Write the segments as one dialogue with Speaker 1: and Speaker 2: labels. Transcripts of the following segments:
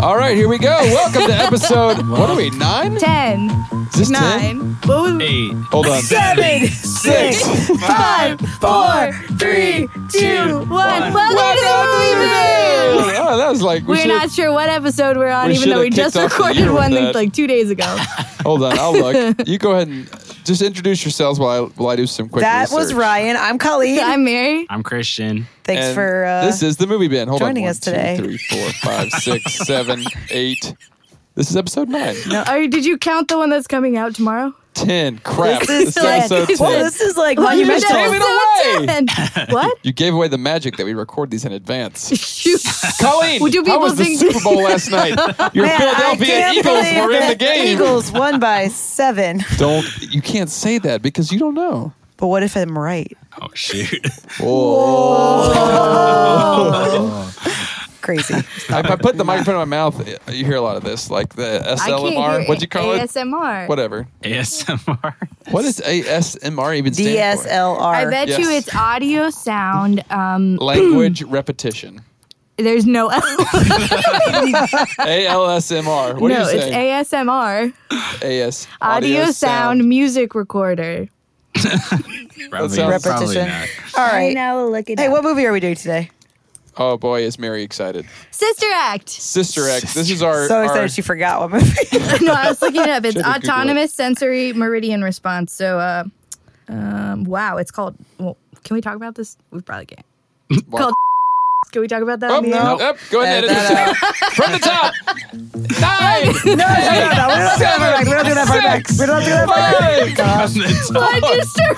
Speaker 1: All right, here we go. Welcome to episode. What are we? Nine?
Speaker 2: Ten.
Speaker 1: Is this ten?
Speaker 2: Nine. What was-
Speaker 3: Eight.
Speaker 1: Hold on.
Speaker 2: Seven.
Speaker 1: Six.
Speaker 2: Five. Four. Three. Two. One. Welcome to the movie.
Speaker 1: Oh, that was like we
Speaker 2: We're
Speaker 1: should.
Speaker 2: not sure what episode we're on,
Speaker 1: we
Speaker 2: even though
Speaker 1: should've
Speaker 2: we just
Speaker 1: kicked off the
Speaker 2: recorded
Speaker 1: year with
Speaker 2: one
Speaker 1: that.
Speaker 2: like, like two days ago.
Speaker 1: Hold on, I'll look. You go ahead and just introduce yourselves while I while I do some quick.
Speaker 4: That was
Speaker 1: research.
Speaker 4: Ryan. I'm Colleen.
Speaker 2: I'm Mary.
Speaker 3: I'm Christian.
Speaker 4: Thanks
Speaker 1: And
Speaker 4: for uh,
Speaker 1: this is the movie bin. Hold
Speaker 4: joining
Speaker 1: on. One,
Speaker 4: us today.
Speaker 1: Two, three, four, five, six, seven, eight. This is episode nine.
Speaker 2: Are, did you count the one that's coming out tomorrow?
Speaker 1: Ten. Crap.
Speaker 4: This is
Speaker 1: This is episode
Speaker 2: like-
Speaker 4: well,
Speaker 1: ten.
Speaker 4: this is like
Speaker 2: What?
Speaker 4: monumental.
Speaker 1: just gave it away.
Speaker 2: What?
Speaker 1: You gave away the magic that we record these in advance.
Speaker 2: Shoot.
Speaker 1: Colleen,
Speaker 2: Well, do
Speaker 1: how
Speaker 2: people
Speaker 1: was the
Speaker 2: think-
Speaker 1: Super Bowl last night? Your
Speaker 4: Man, I
Speaker 1: Philadelphia
Speaker 4: can't
Speaker 1: Eagles
Speaker 4: believe
Speaker 1: were in the
Speaker 4: that
Speaker 1: game.
Speaker 4: Eagles won by seven.
Speaker 1: Don't you can't say that because you don't know.
Speaker 4: But what if I'm right?
Speaker 3: Oh shoot.
Speaker 4: Crazy.
Speaker 1: if I put the microphone in my mouth, you hear a lot of this, like the
Speaker 2: I can't
Speaker 1: SLMR.
Speaker 2: hear
Speaker 1: What'd you call it?
Speaker 2: ASMR.
Speaker 1: Whatever.
Speaker 3: ASMR.
Speaker 1: What is ASMR even stand for?
Speaker 4: DSLR.
Speaker 2: I bet you
Speaker 1: Yes.
Speaker 2: it's audio sound. Um,
Speaker 1: Language repetition.
Speaker 2: there's no.
Speaker 1: ALSMR. What
Speaker 2: no,
Speaker 1: do you
Speaker 2: it's
Speaker 1: say?
Speaker 2: ASMR.
Speaker 1: AS
Speaker 2: Audio, sound, music recorder.
Speaker 3: Probably,
Speaker 1: sounds-
Speaker 3: probably
Speaker 4: Repetition.
Speaker 3: not.
Speaker 4: All right.
Speaker 2: now look at
Speaker 4: Hey, what movie are we doing today?
Speaker 1: Oh boy, is Mary excited.
Speaker 2: Sister Act.
Speaker 1: Sister X. This is our
Speaker 4: so
Speaker 1: our-
Speaker 4: excited she forgot what movie.
Speaker 2: no, I was looking it up. It's
Speaker 1: Should've Googled it.
Speaker 2: autonomous sensory meridian response. So, uh, um, wow, it's called. Well, can we talk about this? We probably can't.
Speaker 1: What?
Speaker 2: Called. Can we talk about that?
Speaker 1: Oh,
Speaker 2: on the air?
Speaker 1: no. oh, go ahead and edit this out. From the
Speaker 4: uh,
Speaker 1: top. Nine.
Speaker 4: no, no, no, no. We don't do that part back. We don't do that part back. We don't do that part back.
Speaker 1: Five.
Speaker 2: I just start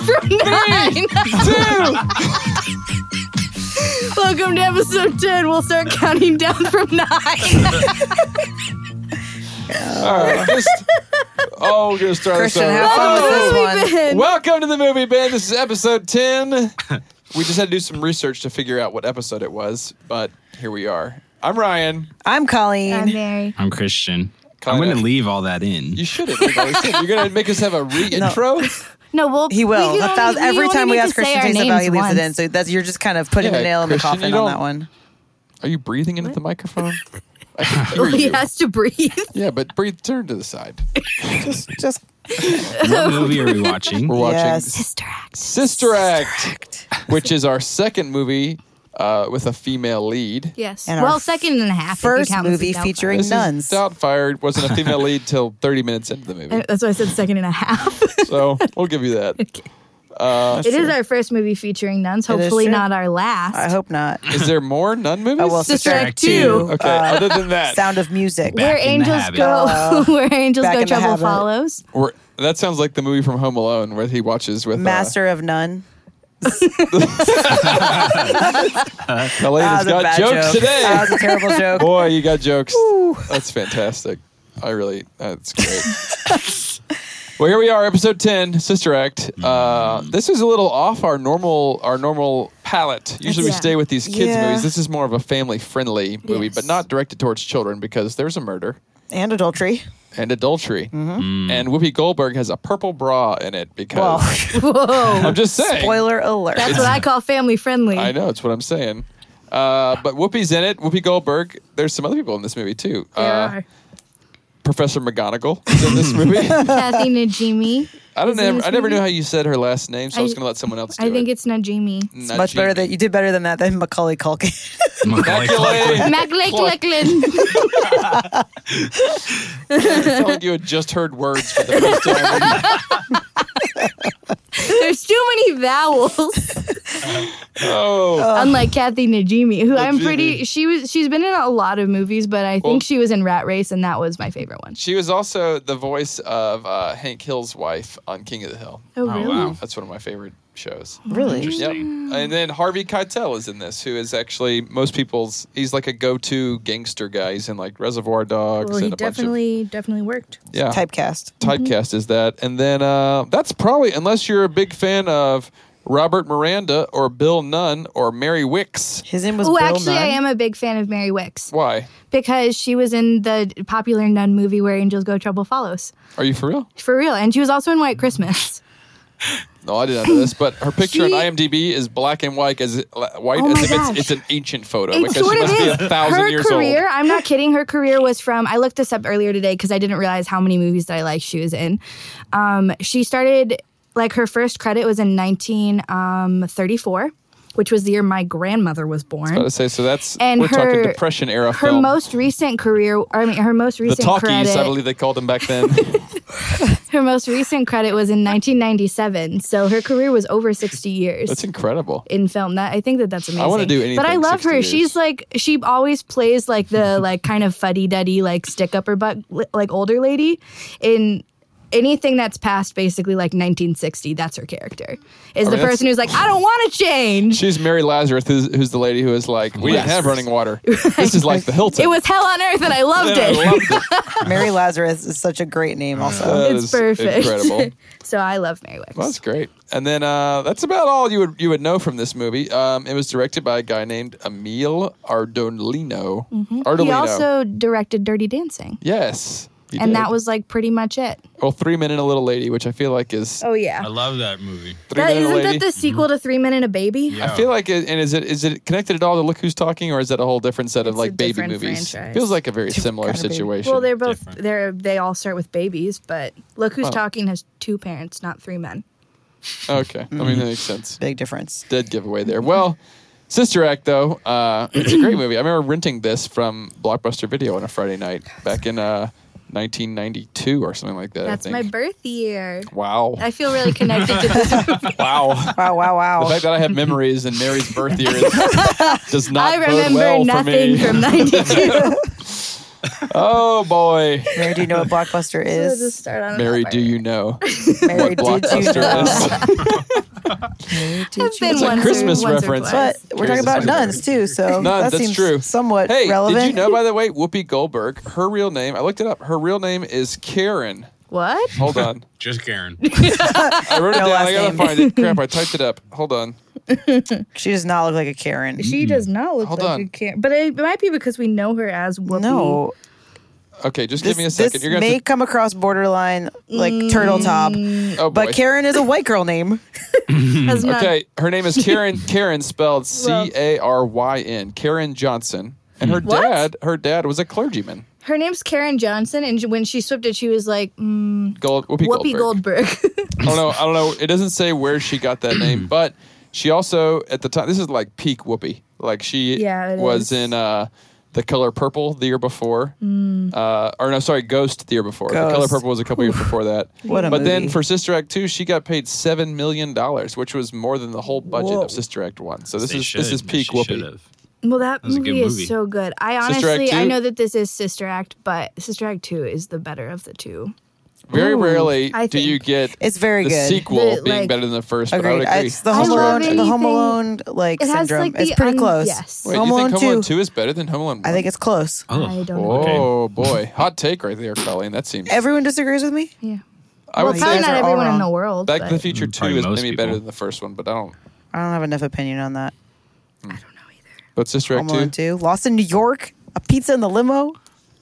Speaker 1: Two.
Speaker 2: from nine. Welcome to episode ten. We'll start counting down from nine.
Speaker 4: Oh,
Speaker 1: All right. Just, oh, we're gonna start
Speaker 4: Christian,
Speaker 1: this over.
Speaker 4: have fun with this one.
Speaker 2: We've been-
Speaker 1: Welcome to the movie bin. This is episode 10. we just had to do some research to figure out what episode it was, but here we are. I'm Ryan.
Speaker 4: I'm
Speaker 2: I'm
Speaker 4: Colleen.
Speaker 2: Mary.
Speaker 3: I'm Christian.
Speaker 1: Kinda.
Speaker 3: I'm gonna leave all that in.
Speaker 1: You shouldn't. We've already said- You're going to make us have a re-intro?
Speaker 2: No, we'll.
Speaker 4: He will.
Speaker 2: we
Speaker 4: A
Speaker 2: can only-
Speaker 4: thousand- every
Speaker 2: only
Speaker 4: time
Speaker 2: need
Speaker 4: we
Speaker 2: to
Speaker 4: ask
Speaker 2: say
Speaker 4: Christian
Speaker 2: our
Speaker 4: Jason about
Speaker 2: names
Speaker 4: he leaves
Speaker 2: once.
Speaker 4: it in. So that's you're just kind of putting
Speaker 1: Yeah,
Speaker 4: the nail in the
Speaker 1: Christian, you
Speaker 4: coffin
Speaker 1: don't-
Speaker 4: on that one.
Speaker 1: Are you breathing into the microphone? I can hear
Speaker 2: He
Speaker 1: you.
Speaker 2: has to breathe.
Speaker 1: Yeah, but breathe. Turn to the side.
Speaker 4: Just, just
Speaker 3: what movie are we watching?
Speaker 1: We're watching
Speaker 4: yes.
Speaker 2: Sister Act.
Speaker 1: Sister Act, which is our second movie uh, with a female lead.
Speaker 2: Yes.
Speaker 4: And
Speaker 2: well,
Speaker 4: our
Speaker 2: second and a half. if you
Speaker 4: First
Speaker 2: count Mrs.
Speaker 4: movie
Speaker 2: Doubtfire.
Speaker 4: featuring
Speaker 1: This
Speaker 4: nuns.
Speaker 1: is Doubtfire wasn't a female lead till 30 minutes into the movie,
Speaker 2: That's why I said second and a half.
Speaker 1: so we'll give you that.
Speaker 2: It is our first movie featuring nuns.
Speaker 4: is
Speaker 2: Hopefully
Speaker 4: true.
Speaker 2: not our last.
Speaker 4: I hope not.
Speaker 1: Is there more nun movies?
Speaker 4: Oh, well,
Speaker 2: Sister
Speaker 4: Sister uh,
Speaker 2: Act
Speaker 4: Act
Speaker 2: Two.
Speaker 1: okay, other than that,
Speaker 4: Sound of Music.
Speaker 2: Where
Speaker 3: Back in the
Speaker 2: angels
Speaker 3: habit.
Speaker 2: go,
Speaker 4: Uh,
Speaker 2: where angels
Speaker 4: back
Speaker 2: go,
Speaker 4: in the
Speaker 2: trouble
Speaker 4: habit.
Speaker 2: follows.
Speaker 1: Or that sounds like the movie from Home Alone where he watches with uh,
Speaker 4: Master of None.
Speaker 1: Helena's
Speaker 4: That was
Speaker 1: got
Speaker 4: a Ah,
Speaker 1: jokes
Speaker 4: bad joke. Ah,
Speaker 1: today.
Speaker 4: That was a terrible joke.
Speaker 1: Boy, you got jokes. That's fantastic. I really, that's great. well, here we are, episode ten, Sister Act. Uh,
Speaker 2: Mm.
Speaker 1: this is a little off our normal our normal palette. Usually we
Speaker 2: Yeah.
Speaker 1: stay with these kids
Speaker 4: Yeah.
Speaker 1: movies. This is more of a family friendly movie,
Speaker 2: Yes.
Speaker 1: but not directed towards children because there's a murder.
Speaker 4: and adultery.
Speaker 1: And adultery,
Speaker 4: Mm-hmm.
Speaker 2: Mm.
Speaker 1: and Whoopi Goldberg has a purple bra in it
Speaker 4: Well,
Speaker 1: because I'm just saying.
Speaker 4: spoiler alert.
Speaker 2: That's what I call family friendly.
Speaker 1: I know. It's what I'm saying. Uh, but Whoopi's in it. Whoopi Goldberg. There's some other people in this movie too.
Speaker 2: There
Speaker 1: Uh,
Speaker 2: are
Speaker 1: Professor McGonagall is in this movie. I
Speaker 2: Kathy Najimy.
Speaker 1: don't
Speaker 2: Is in
Speaker 1: know.
Speaker 2: this
Speaker 1: I never
Speaker 2: movie?
Speaker 1: knew how you said her last name, so I, was
Speaker 2: I-
Speaker 1: going to let someone else do
Speaker 2: I think
Speaker 1: it.
Speaker 2: it's Najimy.
Speaker 1: It's
Speaker 4: It's much better that you did better than that than Macaulay Culkin.
Speaker 3: Macaulay Culkin.
Speaker 2: Macaulay Culkin.
Speaker 1: It's like you had just heard words for the first time.
Speaker 2: There's too many vowels.
Speaker 4: Uh,
Speaker 1: oh,
Speaker 2: Unlike Kathy Najimy, who I'm pretty.
Speaker 1: Najimy.
Speaker 2: She was. She's been in a lot of movies, but I think
Speaker 1: Well-
Speaker 2: she was in Rat Race, and that was my favorite one.
Speaker 1: she was also the voice of uh, Hank Hill's wife on King of the Hill.
Speaker 2: Oh,
Speaker 3: Oh
Speaker 2: really?
Speaker 3: wow.
Speaker 1: That's one of my favorite shows.
Speaker 4: really?
Speaker 1: Yep. And then Harvey Keitel is in this, who is actually most people's. He's like a go-to gangster guy. He's in like Reservoir Dogs
Speaker 2: Well, he
Speaker 1: and a
Speaker 2: definitely, definitely worked.
Speaker 1: bunch of yeah.
Speaker 4: Typecast.
Speaker 2: Mm-hmm.
Speaker 1: typecast is that. And then uh, that's probably, unless you're a big fan of Robert Miranda or Bill Nunn or Mary Wicks.
Speaker 4: His name was
Speaker 2: Oh,
Speaker 4: Bill
Speaker 2: actually,
Speaker 4: Nunn.
Speaker 2: I am a big fan of Mary Wicks
Speaker 1: Why?
Speaker 2: because she was in the popular nun movie where angels go, trouble follows.
Speaker 1: Are you for real?
Speaker 2: For real. And she was also in White Christmas.
Speaker 1: No, I didn't know this, but her picture
Speaker 2: She-
Speaker 1: on IMDb is black and white as white
Speaker 2: Oh
Speaker 1: as
Speaker 2: my
Speaker 1: if it's,
Speaker 2: gosh.
Speaker 1: it's an ancient photo
Speaker 2: It's
Speaker 1: because
Speaker 2: what
Speaker 1: she
Speaker 2: it
Speaker 1: must
Speaker 2: is.
Speaker 1: be a thousand
Speaker 2: her
Speaker 1: years
Speaker 2: career,
Speaker 1: old.
Speaker 2: I'm not kidding. Her career was from. I looked this up earlier today because I didn't realize how many movies that I liked she was in. Um, she started like her first credit was in 1934, which was the year my grandmother was
Speaker 1: I
Speaker 2: born.
Speaker 1: was gonna say so. That's
Speaker 2: And
Speaker 1: we're talking
Speaker 2: her-
Speaker 1: Depression era
Speaker 2: Her
Speaker 1: film.
Speaker 2: most recent career, or, I mean, her most
Speaker 1: the
Speaker 2: recent
Speaker 1: talkies,
Speaker 2: credit,
Speaker 1: I believe they called them back then.
Speaker 2: her most recent credit was in 1997. So her career was over 60 years.
Speaker 1: that's incredible.
Speaker 2: in film. That I think that that's amazing.
Speaker 1: wanna do
Speaker 2: but I
Speaker 1: anything
Speaker 2: love
Speaker 1: 60
Speaker 2: her.
Speaker 1: years.
Speaker 2: She's like she always plays like the like kind of fuddy duddy like stick up her butt li- like older lady in. Anything that's past basically like 1960, that's her character. Is the
Speaker 1: mean,
Speaker 2: person who's like, I don't want to change.
Speaker 1: She's Mary Lazarus, who's, who's the lady who is like, we didn't
Speaker 3: Yes.
Speaker 1: have running water. This is like the Hilton.
Speaker 2: It was hell on earth and I loved
Speaker 1: I
Speaker 2: it.
Speaker 1: loved it.
Speaker 4: Mary Lazarus is such a great name, also.
Speaker 1: That
Speaker 2: It's
Speaker 1: is
Speaker 2: perfect.
Speaker 1: Incredible.
Speaker 2: so I love Mary Wicks.
Speaker 1: Well, that's great. And then uh, that's about all you would you would know from this movie. Um, it was directed by a guy named Emil Ardolino. Ardolino.
Speaker 2: Mm-hmm. he also directed Dirty Dancing.
Speaker 1: yes. he
Speaker 2: And
Speaker 1: did.
Speaker 2: that was like pretty much it.
Speaker 1: well, Three Men and a Little Lady, which I feel like is
Speaker 2: Oh,
Speaker 3: I
Speaker 2: yeah.
Speaker 3: love that movie.
Speaker 1: Three
Speaker 2: That,
Speaker 1: Men and a
Speaker 2: isn't
Speaker 1: Lady.
Speaker 2: that the sequel to Three Men and a Baby?
Speaker 3: Yeah.
Speaker 1: I feel like, it, and is it is it connected at all to Look Who's Talking, or is that a whole different set of
Speaker 2: It's a
Speaker 1: like baby
Speaker 2: different
Speaker 1: movies?
Speaker 2: franchise.
Speaker 1: Feels like a very similar
Speaker 4: kind of baby.
Speaker 1: situation.
Speaker 2: Well, they're both
Speaker 3: different.
Speaker 2: they're they all start with babies, but look
Speaker 1: Oh.
Speaker 2: who's talking has two parents, not three men.
Speaker 1: okay. I mean, that makes sense.
Speaker 4: Big difference.
Speaker 1: dead giveaway there. Well, Sister Act though, uh, it's a great movie. I remember renting this from Blockbuster Video on a Friday night back in uh, 1992 or something like that.
Speaker 2: That's
Speaker 1: I
Speaker 2: my
Speaker 1: think.
Speaker 2: birth year.
Speaker 1: wow.
Speaker 2: I feel really connected to this. movie.
Speaker 1: wow.
Speaker 4: Wow, wow,
Speaker 1: The
Speaker 4: wow.
Speaker 1: fact that I have memories and Mary's birth year is, does not
Speaker 2: I
Speaker 1: bode
Speaker 2: remember
Speaker 1: well
Speaker 2: nothing
Speaker 1: for me.
Speaker 2: from '92.
Speaker 1: oh boy,
Speaker 4: Mary, do you know what Blockbuster
Speaker 2: We'll just
Speaker 4: is?
Speaker 2: start on
Speaker 1: Mary,
Speaker 2: another.
Speaker 1: do you know
Speaker 4: Mary,
Speaker 1: what Blockbuster is?
Speaker 4: Mary, did
Speaker 2: I've
Speaker 4: you
Speaker 2: been
Speaker 1: a
Speaker 2: once
Speaker 4: know?
Speaker 2: or-
Speaker 1: Christmas
Speaker 2: once or
Speaker 1: reference.
Speaker 4: But
Speaker 2: twice.
Speaker 4: we're talking about nuns too, so
Speaker 1: Nuns,
Speaker 4: that
Speaker 1: that's
Speaker 4: seems
Speaker 1: true.
Speaker 4: somewhat
Speaker 1: Hey,
Speaker 4: relevant.
Speaker 1: did you know by the way, Whoopi Goldberg? Her real name, I looked it up. Her real name is Karen.
Speaker 2: What?
Speaker 1: Hold on.
Speaker 3: Just Karen.
Speaker 1: I wrote it
Speaker 4: No
Speaker 1: down.
Speaker 4: last
Speaker 1: I gotta
Speaker 4: name.
Speaker 1: find it. Crap, I typed it up. Hold on.
Speaker 4: She does not look like a Karen.
Speaker 2: She does not look
Speaker 1: Hmm. Hold
Speaker 2: like
Speaker 1: on.
Speaker 2: a Karen, but it might be because we know her as Whoopi.
Speaker 4: No,
Speaker 1: Okay, just
Speaker 4: this,
Speaker 1: give me a second.
Speaker 4: this
Speaker 1: You're gonna
Speaker 4: may
Speaker 1: have
Speaker 4: come across borderline like
Speaker 2: Mm.
Speaker 4: turtle top,
Speaker 1: to, oh, boy.
Speaker 4: but Karen is a white girl name.
Speaker 2: That's not-
Speaker 1: Hmm. Okay, her name is Karen. Karen spelled C
Speaker 2: Well-
Speaker 1: A R Y N. Karen Johnson, and her
Speaker 2: What?
Speaker 1: dad. Her dad was a clergyman.
Speaker 2: Her name's Karen Johnson, and when she swept it, she was like mm,
Speaker 1: Gold Whoopi,
Speaker 2: Whoopi
Speaker 1: Goldberg.
Speaker 2: Goldberg.
Speaker 1: I don't know. I don't know. It doesn't say where she got that name, but she also at the time. This is like peak Whoopi. Like she
Speaker 2: Yeah, it
Speaker 1: was
Speaker 2: is.
Speaker 1: in uh, the Color Purple the year before.
Speaker 2: Mm.
Speaker 1: Uh, or no, sorry, Ghost the year before. The Color
Speaker 4: Ghost.
Speaker 1: Purple was a couple years before that.
Speaker 4: What a
Speaker 1: but then
Speaker 4: movie.
Speaker 1: for Sister Act two, she got paid seven million dollars, which was more than the whole budget
Speaker 2: Whoa.
Speaker 1: of Sister Act one. So this
Speaker 3: They
Speaker 1: is
Speaker 3: should,
Speaker 1: this is
Speaker 3: but
Speaker 1: peak
Speaker 3: she
Speaker 1: Whoopi.
Speaker 3: should've.
Speaker 2: Well, that
Speaker 3: was a
Speaker 2: movie,
Speaker 3: good movie.
Speaker 2: is so good. I
Speaker 1: Sister Act
Speaker 2: honestly, I
Speaker 1: two?
Speaker 2: know that this is Sister Act, but Sister Act Two is the better of the two.
Speaker 1: Very rarely
Speaker 2: I
Speaker 1: do you
Speaker 2: think.
Speaker 1: get
Speaker 4: It's very
Speaker 1: the
Speaker 4: good.
Speaker 1: sequel
Speaker 2: The,
Speaker 1: being
Speaker 2: like-
Speaker 1: better than the first. But I would
Speaker 4: Agreed.
Speaker 1: agree.
Speaker 4: It's the
Speaker 2: I
Speaker 4: Home
Speaker 2: love
Speaker 4: Alone. The Home
Speaker 2: anything-
Speaker 4: Alone like
Speaker 2: It has,
Speaker 4: syndrome.
Speaker 2: like,
Speaker 4: it's
Speaker 2: the
Speaker 4: pretty
Speaker 2: un-
Speaker 4: close.
Speaker 2: yes.
Speaker 1: Wait,
Speaker 4: Home
Speaker 1: you
Speaker 4: Alone
Speaker 1: think Home Alone
Speaker 4: two.
Speaker 1: two is better than Home Alone?
Speaker 4: I think
Speaker 1: one?
Speaker 4: it's close.
Speaker 3: Oh,
Speaker 2: I don't know.
Speaker 1: Oh boy, hot take right there, Colleen. That seems.
Speaker 4: Everyone disagrees with me.
Speaker 2: Yeah.
Speaker 1: I
Speaker 2: Well,
Speaker 1: would
Speaker 2: probably
Speaker 1: say
Speaker 4: guys
Speaker 2: not
Speaker 4: are all
Speaker 2: everyone in
Speaker 4: wrong.
Speaker 2: the world.
Speaker 1: Back to the
Speaker 2: but
Speaker 1: Future
Speaker 3: Probably
Speaker 1: two is
Speaker 3: most
Speaker 1: maybe
Speaker 3: people.
Speaker 1: better than the first one, but I don't.
Speaker 4: I don't have enough opinion on that.
Speaker 1: But Sister Act
Speaker 4: Home Alone
Speaker 1: two.
Speaker 4: two. Lost in New York. A pizza in the limo.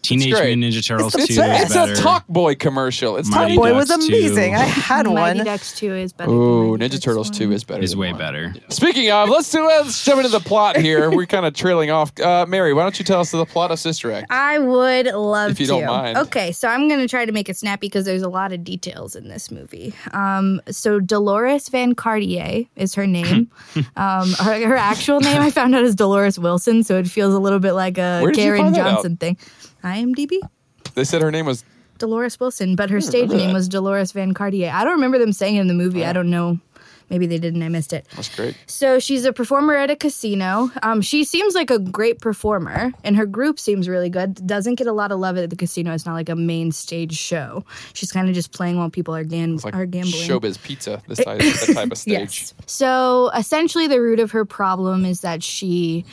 Speaker 3: Teenage
Speaker 1: It's great.
Speaker 3: Mutant Ninja Turtles
Speaker 4: It's-
Speaker 3: 2
Speaker 4: it's-
Speaker 3: is
Speaker 1: It's a
Speaker 3: better.
Speaker 1: Talk Boy commercial. It's Talk
Speaker 3: Mighty
Speaker 4: Top
Speaker 1: Boy.
Speaker 4: Boy
Speaker 3: Ducks
Speaker 4: was amazing.
Speaker 3: two.
Speaker 4: I had
Speaker 2: Mighty
Speaker 4: one.
Speaker 2: Ducks Two is better.
Speaker 1: Ooh,
Speaker 2: than Mighty
Speaker 1: Ninja
Speaker 2: Ducks
Speaker 1: Turtles
Speaker 2: one.
Speaker 1: two is better.
Speaker 3: is
Speaker 1: than
Speaker 3: way
Speaker 1: one.
Speaker 3: better.
Speaker 1: Speaking of, let's do let's jump into the plot here. We're kind of trailing off. Uh, Mary, why don't you tell us the plot of Sister Act?
Speaker 2: I would love
Speaker 1: If you
Speaker 2: to.
Speaker 1: don't mind.
Speaker 2: Okay, so I'm going to try to make it snappy because there's a lot of details in this movie. Um, so Dolores Van Cartier is her name. um, her, her actual name I found out is Dolores Wilson, so it feels a little bit like a
Speaker 1: Where did you
Speaker 2: Karen
Speaker 1: find that out?
Speaker 2: Johnson thing. IMDb.
Speaker 1: They said her name was
Speaker 2: Dolores Wilson, but her stage
Speaker 1: remember
Speaker 2: name
Speaker 1: Hmm, that.
Speaker 2: was Dolores Van Cartier. I don't remember them saying it in the movie. I don't know. Maybe they didn't. I missed it.
Speaker 1: that's great.
Speaker 2: So she's a performer at a casino. Um, she seems like a great performer, and her group seems really good. Doesn't get a lot of love at the casino. It's not like a main stage show. She's kind of just playing while people are, gam-
Speaker 1: Like
Speaker 2: are gambling.
Speaker 1: showbiz pizza, this type, that type of stage.
Speaker 2: Yes. So essentially, the root of her problem is that she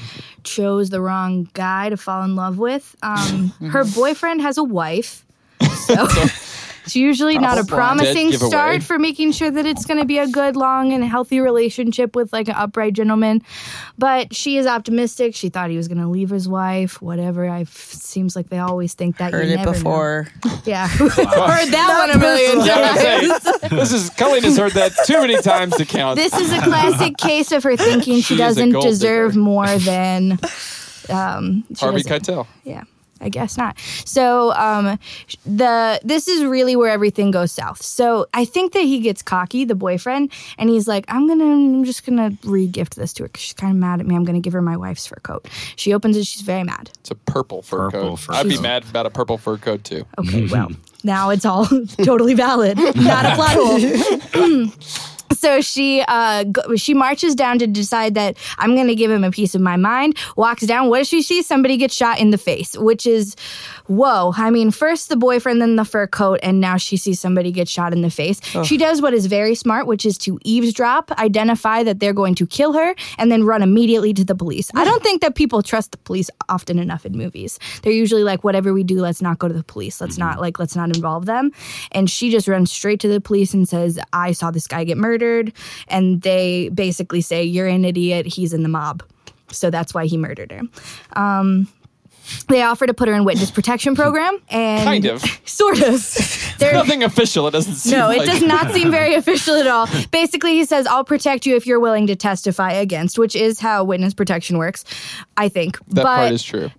Speaker 2: chose the wrong guy to fall in love with. Um, her boyfriend has a wife. So It's usually not a
Speaker 1: Probably.
Speaker 2: promising
Speaker 1: Dead giveaway.
Speaker 2: start for making sure that it's going to be a good, long, and healthy relationship with like an upright gentleman. But she is optimistic. She thought he was going to leave his wife. Whatever. I seems like they always think that.
Speaker 5: Heard
Speaker 2: you
Speaker 5: it
Speaker 2: never know.
Speaker 5: before.
Speaker 2: Yeah, heard that one a million
Speaker 1: Yeah,
Speaker 2: times.
Speaker 1: I was gonna say, this is Colleen has heard that too many times to count.
Speaker 2: This is a classic case of her thinking she,
Speaker 1: She is a
Speaker 2: doesn't
Speaker 1: gold
Speaker 2: deserve
Speaker 1: digger.
Speaker 2: more than um, she
Speaker 1: Harvey
Speaker 2: doesn't.
Speaker 1: Keitel.
Speaker 2: Yeah, I guess not. So um, sh- the this is really where everything goes south. So I think that he gets cocky, the boyfriend, and he's like, "I'm gonna, I'm just gonna re-gift this to her because she's kind of mad at me. I'm gonna give her my wife's fur coat." She opens it, she's very mad.
Speaker 1: It's a purple fur
Speaker 3: Purple
Speaker 1: coat.
Speaker 3: fur
Speaker 1: I'd be
Speaker 3: coat.
Speaker 1: mad about a purple fur coat too.
Speaker 2: Okay, well, now it's all totally valid, not a plot hole. So she uh, go, she marches down to decide that I'm going to give him a piece of my mind. Walks down. What does she see? Somebody gets shot in the face, which is whoa. I mean, first the boyfriend, then the fur coat, and now she sees somebody get shot in the face. She does what is very smart, which is to eavesdrop, identify that they're going to kill her, and then run immediately to the police. I don't think that people trust the police often enough in movies. They're usually like, whatever we do, let's not go to the police. Let's
Speaker 1: Mm-hmm.
Speaker 2: not like, let's not involve them. And she just runs straight to the police and says, I saw this guy get murdered. And they basically say, You're an idiot. He's in the mob. So that's why he murdered her. Um, they offer to put her in witness protection program and
Speaker 1: Kind of.
Speaker 2: sort of. They're-
Speaker 1: Nothing official. It doesn't seem.
Speaker 2: no, it
Speaker 1: like-
Speaker 2: does not seem very official at all. Basically, he says, I'll protect you if you're willing to testify against, which is how witness protection works, I think.
Speaker 1: That
Speaker 2: but uh,
Speaker 1: part is true.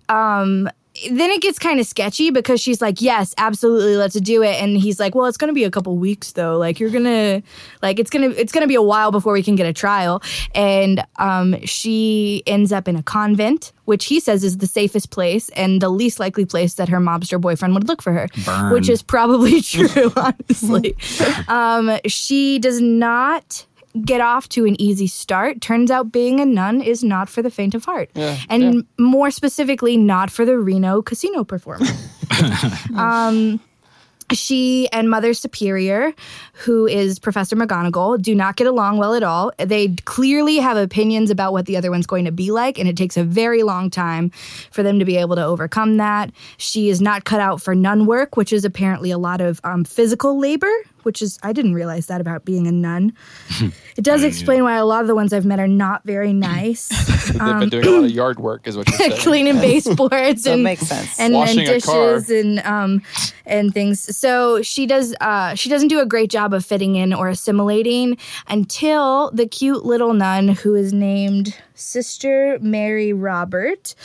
Speaker 2: then it gets kind of sketchy because she's like, Yes, absolutely, let's do it. And he's like, Well, it's gonna be a couple weeks though. Like you're gonna like it's gonna it's gonna be a while before we can get a trial. And um she ends up in a convent, which he says is the safest place and the least likely place that her mobster boyfriend would look for her.
Speaker 3: Burn.
Speaker 2: Which is probably true, honestly. um she does not get off to an easy start. Turns out being a nun is not for the faint of heart.
Speaker 1: Yeah,
Speaker 2: and
Speaker 1: yeah.
Speaker 2: more specifically, not for the Reno casino performer. um, she and Mother Superior, who is Professor McGonagall, do not get along well at all. They clearly have opinions about what the other one's going to be like, and it takes a very long time for them to be able to overcome that. She is not cut out for nun work, which is apparently a lot of um, physical labor, which is, I didn't realize that about being a nun. It does explain why a lot of the ones I've met are not very nice.
Speaker 1: They've been doing a lot of yard work, is what you're saying.
Speaker 2: cleaning baseboards
Speaker 5: That
Speaker 2: and
Speaker 5: makes sense.
Speaker 2: and, and
Speaker 1: Washing a car.
Speaker 2: dishes and um and things. So she does uh she doesn't do a great job of fitting in or assimilating until the cute little nun who is named Sister Mary Robert.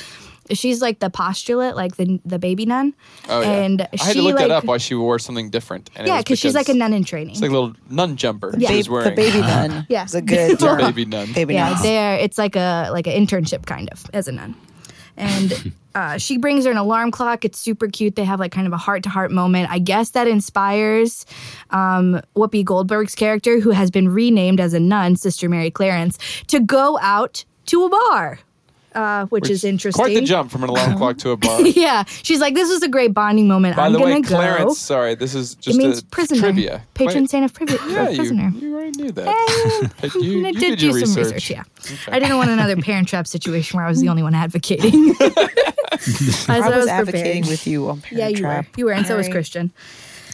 Speaker 2: She's like the postulate, like the the baby nun.
Speaker 1: Oh, yeah.
Speaker 2: And
Speaker 1: I had
Speaker 2: she
Speaker 1: to look
Speaker 2: like
Speaker 1: that up why she wore something different. And it
Speaker 2: Yeah,
Speaker 1: was
Speaker 2: cuz she's like a nun in training.
Speaker 1: It's like a little nun jumper
Speaker 2: Yeah.
Speaker 1: she was
Speaker 5: the
Speaker 1: wearing.
Speaker 5: baby nun.
Speaker 2: Yeah.
Speaker 5: It's a good
Speaker 2: Well-
Speaker 5: term.
Speaker 1: Baby nun.
Speaker 5: Baby
Speaker 2: yeah,
Speaker 5: nun.
Speaker 2: there it's like a like an internship kind of as a nun, and uh, she brings her an alarm clock. It's super cute. They have like kind of a heart to heart moment. I guess that inspires um, Whoopi Goldberg's character, who has been renamed as a nun, Sister Mary Clarence, to go out to a bar, uh, which,
Speaker 1: Which
Speaker 2: is interesting.
Speaker 1: Quite the jump from an alarm clock to a bar.
Speaker 2: Yeah, she's like, this was a great bonding moment.
Speaker 1: By
Speaker 2: I'm
Speaker 1: the
Speaker 2: gonna
Speaker 1: way,
Speaker 2: go.
Speaker 1: Clarence, sorry, this is
Speaker 2: it
Speaker 1: just
Speaker 2: means
Speaker 1: a
Speaker 2: prisoner,
Speaker 1: trivia.
Speaker 2: patron
Speaker 1: Wait,
Speaker 2: saint of privi-
Speaker 1: yeah, you,
Speaker 2: prisoner.
Speaker 1: you already knew that. But you, you
Speaker 2: I
Speaker 1: did,
Speaker 2: did do
Speaker 1: your
Speaker 2: some research. yeah. I didn't want another parent trap situation where I was the only one advocating. As I
Speaker 5: I was
Speaker 2: prepared.
Speaker 5: advocating with you on Parent
Speaker 2: Yeah, you
Speaker 5: Trap.
Speaker 2: were. You were, and so was
Speaker 5: Sorry.
Speaker 2: Christian.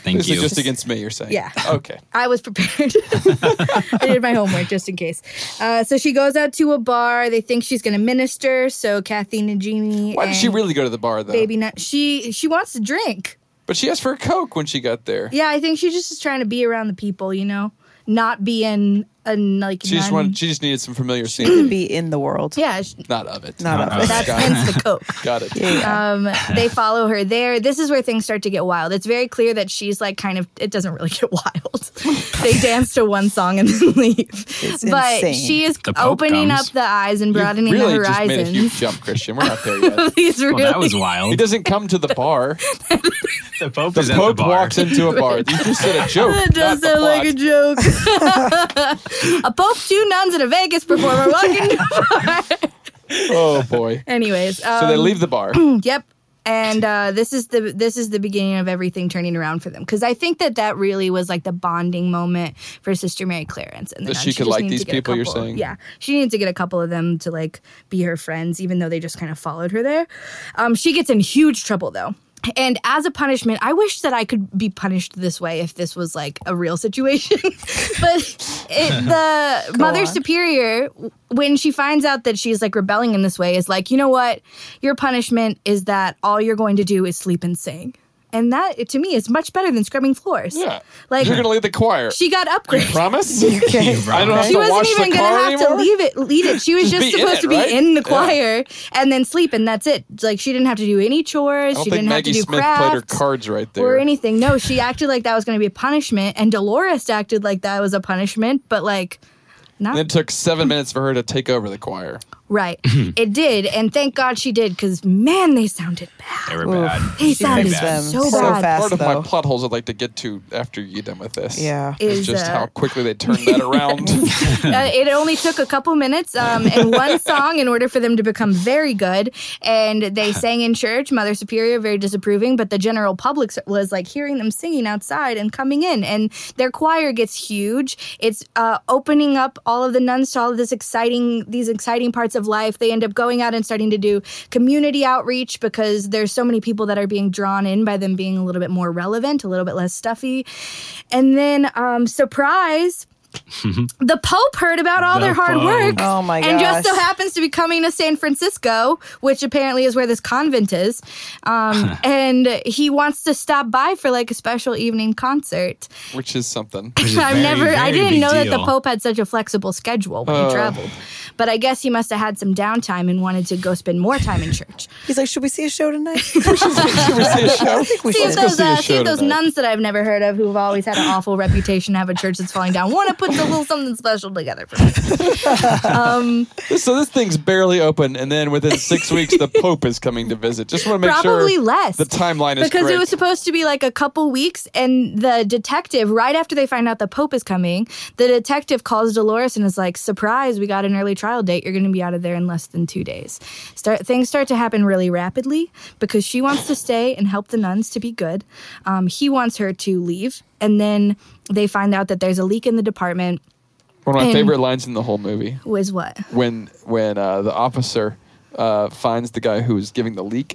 Speaker 3: Thank
Speaker 1: This
Speaker 3: you.
Speaker 1: is just against me, you're saying?
Speaker 2: Yeah.
Speaker 1: Okay.
Speaker 2: I was prepared. I did my homework just in case. Uh, so she goes out to a bar. They think she's going to minister. So Kathleen and Jeannie.
Speaker 1: Why did she
Speaker 2: and
Speaker 1: really go to the bar, though?
Speaker 2: Baby, nut she she wants to drink.
Speaker 1: But she asked for a Coke when she got there.
Speaker 2: Yeah, I think she just is trying to be around the people. You know, not being a like.
Speaker 1: She just
Speaker 2: nun.
Speaker 1: wanted. She just needed some familiar
Speaker 5: To
Speaker 1: scenery.
Speaker 5: be in the world.
Speaker 2: Yeah, sh-
Speaker 1: Not of it.
Speaker 5: Not
Speaker 3: Not
Speaker 5: of
Speaker 3: of
Speaker 5: it.
Speaker 2: that's
Speaker 1: Got it.
Speaker 2: hence the coke.
Speaker 1: Got it.
Speaker 5: Yeah, yeah.
Speaker 2: Um, they follow her there. This is where things start to get wild. It's very clear that she's like kind of. It doesn't really get wild. they dance to one song and then leave.
Speaker 5: It's
Speaker 2: but
Speaker 5: insane.
Speaker 2: she is
Speaker 3: The Pope
Speaker 2: opening
Speaker 3: comes.
Speaker 2: up the eyes and
Speaker 1: You
Speaker 2: broadening
Speaker 1: really
Speaker 2: the
Speaker 1: just made a huge
Speaker 2: horizons.
Speaker 1: jump, Christian. We're not there yet.
Speaker 2: He's really.
Speaker 3: well, Oh, that was
Speaker 1: he
Speaker 3: wild.
Speaker 1: doesn't come to the bar.
Speaker 3: the Pope
Speaker 1: The
Speaker 3: is at the
Speaker 1: Pope
Speaker 3: bar.
Speaker 1: walks into a bar. You just said a joke.
Speaker 2: That
Speaker 1: not
Speaker 2: does
Speaker 1: the
Speaker 2: sound like a
Speaker 1: plot.
Speaker 2: joke. a pope, two nuns, and a Vegas performer walking. to a bar.
Speaker 1: Oh boy.
Speaker 2: Anyways, um,
Speaker 1: So they leave the bar.
Speaker 2: Yep. And uh, this is the this is the beginning of everything turning around for them because I think that that really was like the bonding moment for Sister Mary Clarence. And the
Speaker 1: That
Speaker 2: nun.
Speaker 1: she could
Speaker 2: just
Speaker 1: like
Speaker 2: needed
Speaker 1: these
Speaker 2: to get a
Speaker 1: people you're
Speaker 2: couple-
Speaker 1: saying?
Speaker 2: yeah, she needed to get a couple of them to like be her friends, even though they just kind of followed her there. Um, she gets in huge trouble though. And as a punishment, I wish that I could be punished this way if this was like a real situation. but it, the mother
Speaker 4: on.
Speaker 2: superior, when she finds out that she's like rebelling in this way, is like, you know what? Your punishment is that all you're going to do is sleep and sing. And that to me is much better than scrubbing floors.
Speaker 1: Yeah.
Speaker 2: Like
Speaker 1: You're going to lead the choir.
Speaker 2: she got upgraded.
Speaker 1: Promise?
Speaker 4: Okay.
Speaker 1: I don't have
Speaker 2: She
Speaker 1: to
Speaker 2: wasn't
Speaker 1: wash
Speaker 2: even
Speaker 1: the
Speaker 2: gonna
Speaker 1: car
Speaker 2: have
Speaker 1: anymore?
Speaker 2: to leave it, lead it. She was
Speaker 1: Just
Speaker 2: just,
Speaker 1: be in
Speaker 2: supposed
Speaker 1: it,
Speaker 2: to be
Speaker 1: right?
Speaker 2: in the
Speaker 1: Yeah.
Speaker 2: choir and then sleep, and that's it. Like she didn't have to do any
Speaker 1: I
Speaker 2: chores.
Speaker 1: don't
Speaker 2: She
Speaker 1: think
Speaker 2: didn't have
Speaker 1: Maggie
Speaker 2: to do
Speaker 1: Smith played her
Speaker 2: crafts
Speaker 1: cards right there.
Speaker 2: or anything. No, she acted like that was going to be a punishment, and Dolores acted like that was a punishment, but like not
Speaker 1: And it took seven minutes for her to take over the choir.
Speaker 2: right. it did, and thank God she did, because man, they sounded bad.
Speaker 3: They were bad.
Speaker 2: They
Speaker 3: They were
Speaker 2: sounded
Speaker 3: bad.
Speaker 2: so
Speaker 4: so
Speaker 2: bad.
Speaker 4: fast
Speaker 1: Part of
Speaker 4: though.
Speaker 1: my plot holes I'd like to get to after you're done with this.
Speaker 4: Yeah.
Speaker 1: Is
Speaker 2: Is,
Speaker 1: just
Speaker 2: uh,
Speaker 1: how quickly they turned that around.
Speaker 2: uh, it only took a couple minutes um, and one song in order for them to become very good. And they sang in church, Mother Superior, very disapproving, but the general public s- was like hearing them singing outside and coming in. And their choir gets huge. It's uh, opening up all of the nuns to all of this exciting, these exciting parts of life. They end up going out and starting to do community outreach because there's so many people that are being drawn in by them being a little bit more relevant, a little bit less stuffy. And then, um, surprise, the Pope heard about all
Speaker 3: The
Speaker 2: their hard
Speaker 3: Pope.
Speaker 2: work.
Speaker 4: Oh my
Speaker 2: And just so
Speaker 4: gosh.
Speaker 2: happens to be coming to San Francisco, which apparently is where this convent is. Um, and he wants to stop by for like a special evening concert.
Speaker 1: which is something.
Speaker 3: Which is
Speaker 2: I've
Speaker 3: very,
Speaker 2: never, I
Speaker 3: very
Speaker 2: didn't
Speaker 3: big
Speaker 2: know that the
Speaker 3: deal.
Speaker 2: Pope had such a flexible schedule when
Speaker 1: Oh.
Speaker 2: he traveled. But I guess he must have had some downtime and wanted to go spend more time in church.
Speaker 4: He's like, should we see a show tonight?
Speaker 1: Should we see a show?
Speaker 4: we
Speaker 2: see if
Speaker 4: should.
Speaker 1: go
Speaker 2: those,
Speaker 1: see a
Speaker 2: uh,
Speaker 1: show
Speaker 2: see if those
Speaker 1: tonight.
Speaker 2: nuns that I've never heard of who've always had an awful reputation, have a church that's falling down, want to put a little something special together for me. Um,
Speaker 1: So this thing's barely open, and then within six weeks, the Pope is coming to visit. Just want to make
Speaker 2: Probably
Speaker 1: sure
Speaker 2: less.
Speaker 1: the timeline is
Speaker 2: because
Speaker 1: correct.
Speaker 2: it was supposed to be like a couple weeks and the detective right after they find out the pope is coming the detective calls dolores and is like surprise we got an early trial date you're going to be out of there in less than two days start, things start to happen really rapidly because she wants to stay and help the nuns to be good um, he wants her to leave and then they find out that there's a leak in the department
Speaker 1: One of my
Speaker 2: and-
Speaker 1: favorite lines in the whole movie
Speaker 2: was what
Speaker 1: when when uh, the officer uh, finds the guy who is giving the leak,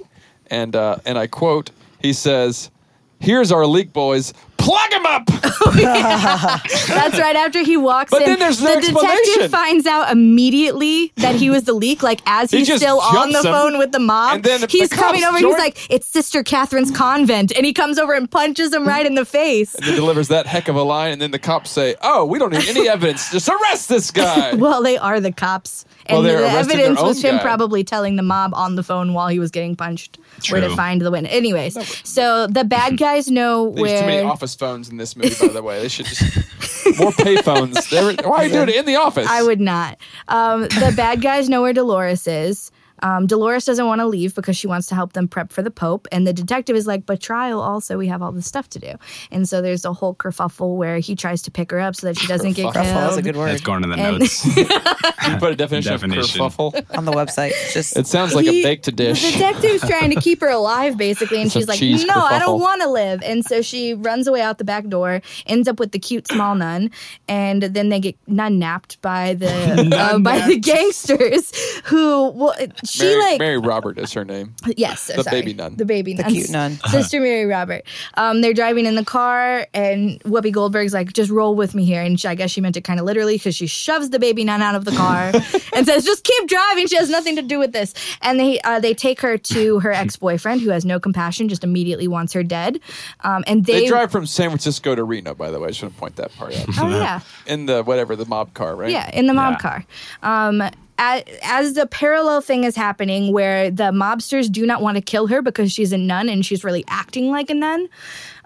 Speaker 1: and uh, and I quote, he says, "Here's our leak, boys. Plug him up."
Speaker 2: That's right after he walks
Speaker 1: But
Speaker 2: in.
Speaker 1: then there's no
Speaker 2: the
Speaker 1: explanation.
Speaker 2: detective finds out immediately that he was the leak, like as
Speaker 1: He
Speaker 2: he's
Speaker 1: just
Speaker 2: still on
Speaker 1: jumps
Speaker 2: the
Speaker 1: him,
Speaker 2: phone with the mob.
Speaker 1: and then the
Speaker 2: he's
Speaker 1: cops
Speaker 2: coming over and
Speaker 1: join-
Speaker 2: he's like, It's Sister Catherine's convent. And he comes over and punches him right in the face.
Speaker 1: and delivers that heck of a line, and then the cops say, "Oh, we don't need any evidence. Just arrest this guy."
Speaker 2: Well, they are the cops.
Speaker 1: Well,
Speaker 2: And
Speaker 1: they're
Speaker 2: the
Speaker 1: arresting their
Speaker 2: evidence
Speaker 1: own
Speaker 2: was him
Speaker 1: guy.
Speaker 2: probably telling the mob on the phone while he was getting punched where to
Speaker 3: True.
Speaker 2: find the win. Anyways, so the bad guys know
Speaker 1: There's
Speaker 2: where
Speaker 1: too many office phones in this movie, by the way. They should just more pay phones. They were- Why are you doing it in the office?
Speaker 2: I would not. Um, the bad guys know where Dolores is. Um, Dolores doesn't want to leave because she wants to help them prep for the Pope. And the detective is like, but trial also, we have all this stuff to do. And so there's a whole kerfuffle where he tries to pick her up so that she doesn't get
Speaker 1: Kerfuffle.
Speaker 2: killed.
Speaker 4: That's a good
Speaker 3: That's
Speaker 4: word
Speaker 3: going in the
Speaker 2: And-
Speaker 3: notes.
Speaker 1: put a definition,
Speaker 3: Definition.
Speaker 1: of kerfuffle.
Speaker 4: on the website. Just
Speaker 1: It sounds like
Speaker 2: He-
Speaker 1: a baked
Speaker 2: The
Speaker 1: dish.
Speaker 2: detective's trying to keep her alive, basically, and
Speaker 1: Some
Speaker 2: she's like,
Speaker 1: cheese
Speaker 2: "No,
Speaker 1: kerfuffle.
Speaker 2: I don't want to live." And so she runs away out the back door, ends up with the cute small nun, and then they get nun napped by the uh, by the gangsters who well, she
Speaker 1: Mary,
Speaker 2: like
Speaker 1: Mary Robert is her name.
Speaker 2: Yes,
Speaker 1: The
Speaker 2: sorry.
Speaker 1: baby nun.
Speaker 2: The baby nun.
Speaker 4: cute nun.
Speaker 2: Sister Mary Robert. Um, they're driving in the car, and Whoopi Goldberg's like, "Just roll with me here." And she, I guess she meant it kind of literally because she shoves the baby nun out of the car and says, "Just keep driving. She has nothing to do with this." And they uh, they take her to her ex boyfriend, who has no compassion, just immediately wants her dead. Um, and they,
Speaker 1: They drive from San Francisco to Reno, by the way. I shouldn't point that part out.
Speaker 2: Oh yeah.
Speaker 1: In the whatever the mob car, right?
Speaker 2: Yeah, in the mob
Speaker 3: Yeah.
Speaker 2: car. Um, as, as the parallel thing is happening, where the mobsters do not want to kill her because she's a nun and she's really acting like a nun.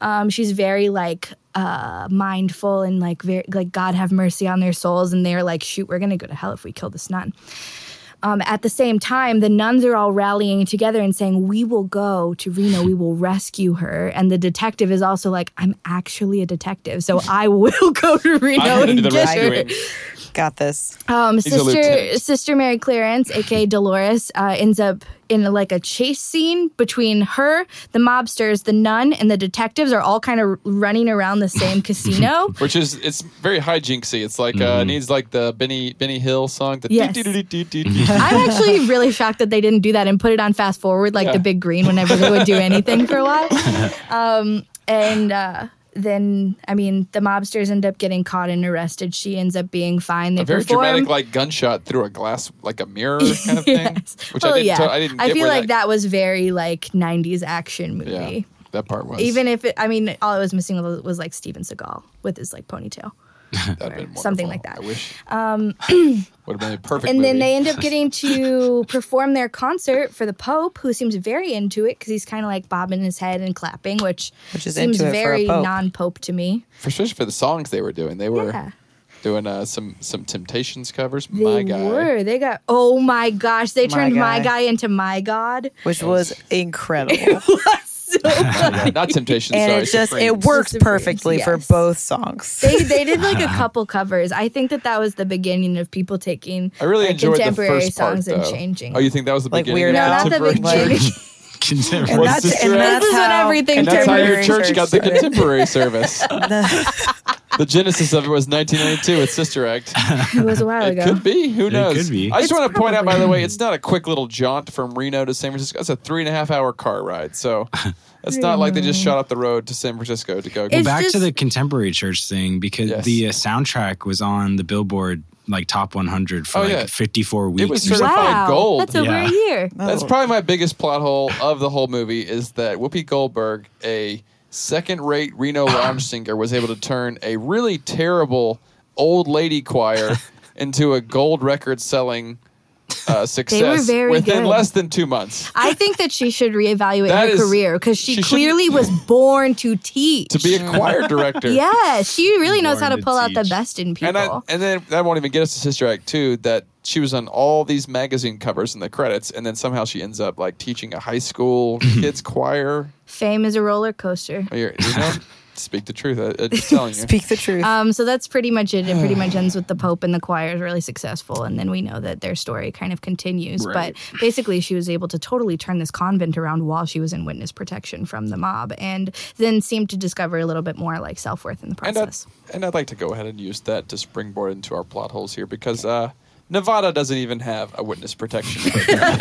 Speaker 2: Um, she's very like uh, mindful and like very like God have mercy on their souls, and they're like, shoot, we're gonna go to hell if we kill this nun. Um, at the same time, the nuns are all rallying together and saying, We will go to Reno. We will rescue her. And the detective is also like, I'm actually a detective, so I will go to Reno
Speaker 1: I'm gonna
Speaker 2: and
Speaker 1: do the
Speaker 2: get her.
Speaker 1: rescuing.
Speaker 4: got this.
Speaker 2: Um,
Speaker 1: a
Speaker 2: sister,
Speaker 1: lieutenant.
Speaker 2: sister Mary Clarence, aka Dolores, uh, ends up in like a chase scene between her, the mobsters, the nun, and the detectives are all kind of running around the same casino.
Speaker 1: Which is it's very high jinxy. It's like uh, it needs like the Benny Benny Hill song. The
Speaker 2: Yes.
Speaker 1: doo-doo-doo-doo-doo-doo.
Speaker 2: I'm actually really shocked that they didn't do that and put it on fast forward like
Speaker 1: Yeah.
Speaker 2: the big green whenever they would do anything for a while. Um, and uh, then, I mean, the mobsters end up getting caught and arrested. She ends up being fine. They
Speaker 1: a very
Speaker 2: perform.
Speaker 1: dramatic, like gunshot through a glass, like a mirror kind of thing.
Speaker 2: Yes.
Speaker 1: Which
Speaker 2: Well,
Speaker 1: I didn't.
Speaker 2: yeah.
Speaker 1: to- I didn't. Get
Speaker 2: feel
Speaker 1: where
Speaker 2: like that was very like '90s action movie.
Speaker 1: Yeah, that part was
Speaker 2: Even if it, I mean, all it was missing was, was like Steven Seagal with his like ponytail.
Speaker 1: that'd been
Speaker 2: something
Speaker 1: wonderful.
Speaker 2: like that.
Speaker 1: I wish. would have been a perfect.
Speaker 2: And then
Speaker 1: movie.
Speaker 2: they end up getting to perform their concert for the Pope, who seems very into it because he's kind of like bobbing his head and clapping, which,
Speaker 4: Which is
Speaker 2: seems
Speaker 4: into it for a
Speaker 2: very
Speaker 4: pope.
Speaker 2: non-Pope to me.
Speaker 1: for especially for the songs they were doing. They were
Speaker 2: Yeah.
Speaker 1: doing uh, some some Temptations covers.
Speaker 2: They
Speaker 1: My guy,
Speaker 2: were. They got. Oh my gosh! They
Speaker 4: My
Speaker 2: turned my
Speaker 4: guy.
Speaker 2: guy into my god.
Speaker 4: which was incredible.
Speaker 1: Yeah, not Temptations.
Speaker 4: and
Speaker 1: sorry,
Speaker 4: it just
Speaker 1: Supremes.
Speaker 4: it worked
Speaker 2: Supremes,
Speaker 4: perfectly for
Speaker 2: yes.
Speaker 4: both songs.
Speaker 2: They they did like a couple covers. I think that that was the beginning of people taking
Speaker 1: I really
Speaker 2: like,
Speaker 1: enjoyed the
Speaker 2: contemporary
Speaker 1: first part,
Speaker 2: songs and
Speaker 1: though.
Speaker 2: changing.
Speaker 1: Oh, you think that was the
Speaker 4: Like
Speaker 1: beginning?
Speaker 4: Weird
Speaker 1: of
Speaker 2: no, not the
Speaker 1: contemporary
Speaker 2: beginning.
Speaker 1: church?
Speaker 3: Contemporary.
Speaker 4: And that's,
Speaker 1: sister
Speaker 4: and
Speaker 1: act.
Speaker 4: that's
Speaker 2: This is when
Speaker 4: how,
Speaker 2: everything
Speaker 1: And that's how your
Speaker 2: Contemporary
Speaker 1: church got the
Speaker 4: started.
Speaker 1: contemporary service. the genesis of it was 1992 with Sister Act.
Speaker 2: It was a while
Speaker 1: It
Speaker 2: ago.
Speaker 1: could be. Who knows?
Speaker 3: could be.
Speaker 1: I just
Speaker 2: It's
Speaker 1: want to point out, by the
Speaker 2: probably-
Speaker 1: way, it's not a quick little jaunt from Reno to San Francisco. It's a three and a half hour car ride. So it's not like they just shot up the road to San Francisco to go.
Speaker 2: Mm. It's-
Speaker 1: Back.
Speaker 3: Back
Speaker 2: just-
Speaker 3: to the contemporary church thing because
Speaker 1: Yes.
Speaker 3: the uh, soundtrack was on the Billboard like top 100 for
Speaker 1: Oh,
Speaker 3: like
Speaker 1: yeah.
Speaker 3: 54 weeks.
Speaker 1: It was
Speaker 3: or
Speaker 1: sort of-
Speaker 3: something.
Speaker 1: Certified
Speaker 2: wow,
Speaker 1: gold.
Speaker 2: that's over
Speaker 3: Yeah.
Speaker 2: a year.
Speaker 1: That's probably my biggest plot hole of the whole movie is that Whoopi Goldberg, a second rate Reno lounge singer, was able to turn a really terrible old lady choir into a gold record selling uh, success
Speaker 2: very
Speaker 1: within
Speaker 2: good.
Speaker 1: less than two months.
Speaker 2: I think that she should reevaluate
Speaker 1: That
Speaker 2: her
Speaker 1: is-
Speaker 2: career because she,
Speaker 1: she should-
Speaker 2: clearly was born to teach.
Speaker 1: To be a choir director.
Speaker 2: yeah, she really knows how to
Speaker 3: Born to
Speaker 2: pull out the
Speaker 3: teach.
Speaker 2: best in people.
Speaker 1: And, I, and then that won't even get us to Sister Act 2 that she was on all these magazine covers in the credits, and then somehow she ends up like teaching a high school kids choir.
Speaker 2: Fame is a roller coaster.
Speaker 1: You're- you know? Speak the truth. I, I'm just telling you.
Speaker 4: Speak the truth.
Speaker 2: Um, so that's pretty much it. It pretty much ends with the Pope and the choir is really successful, and then we know that their story kind of continues.
Speaker 3: Right.
Speaker 2: But basically, she was able to totally turn this convent around while she was in witness protection from the mob, and then seemed to discover a little bit more like self worth in the
Speaker 1: and uh, I'd,
Speaker 2: process.
Speaker 1: and I'd like to go ahead and use that to springboard into our plot holes here because uh, Nevada doesn't even have a witness protection.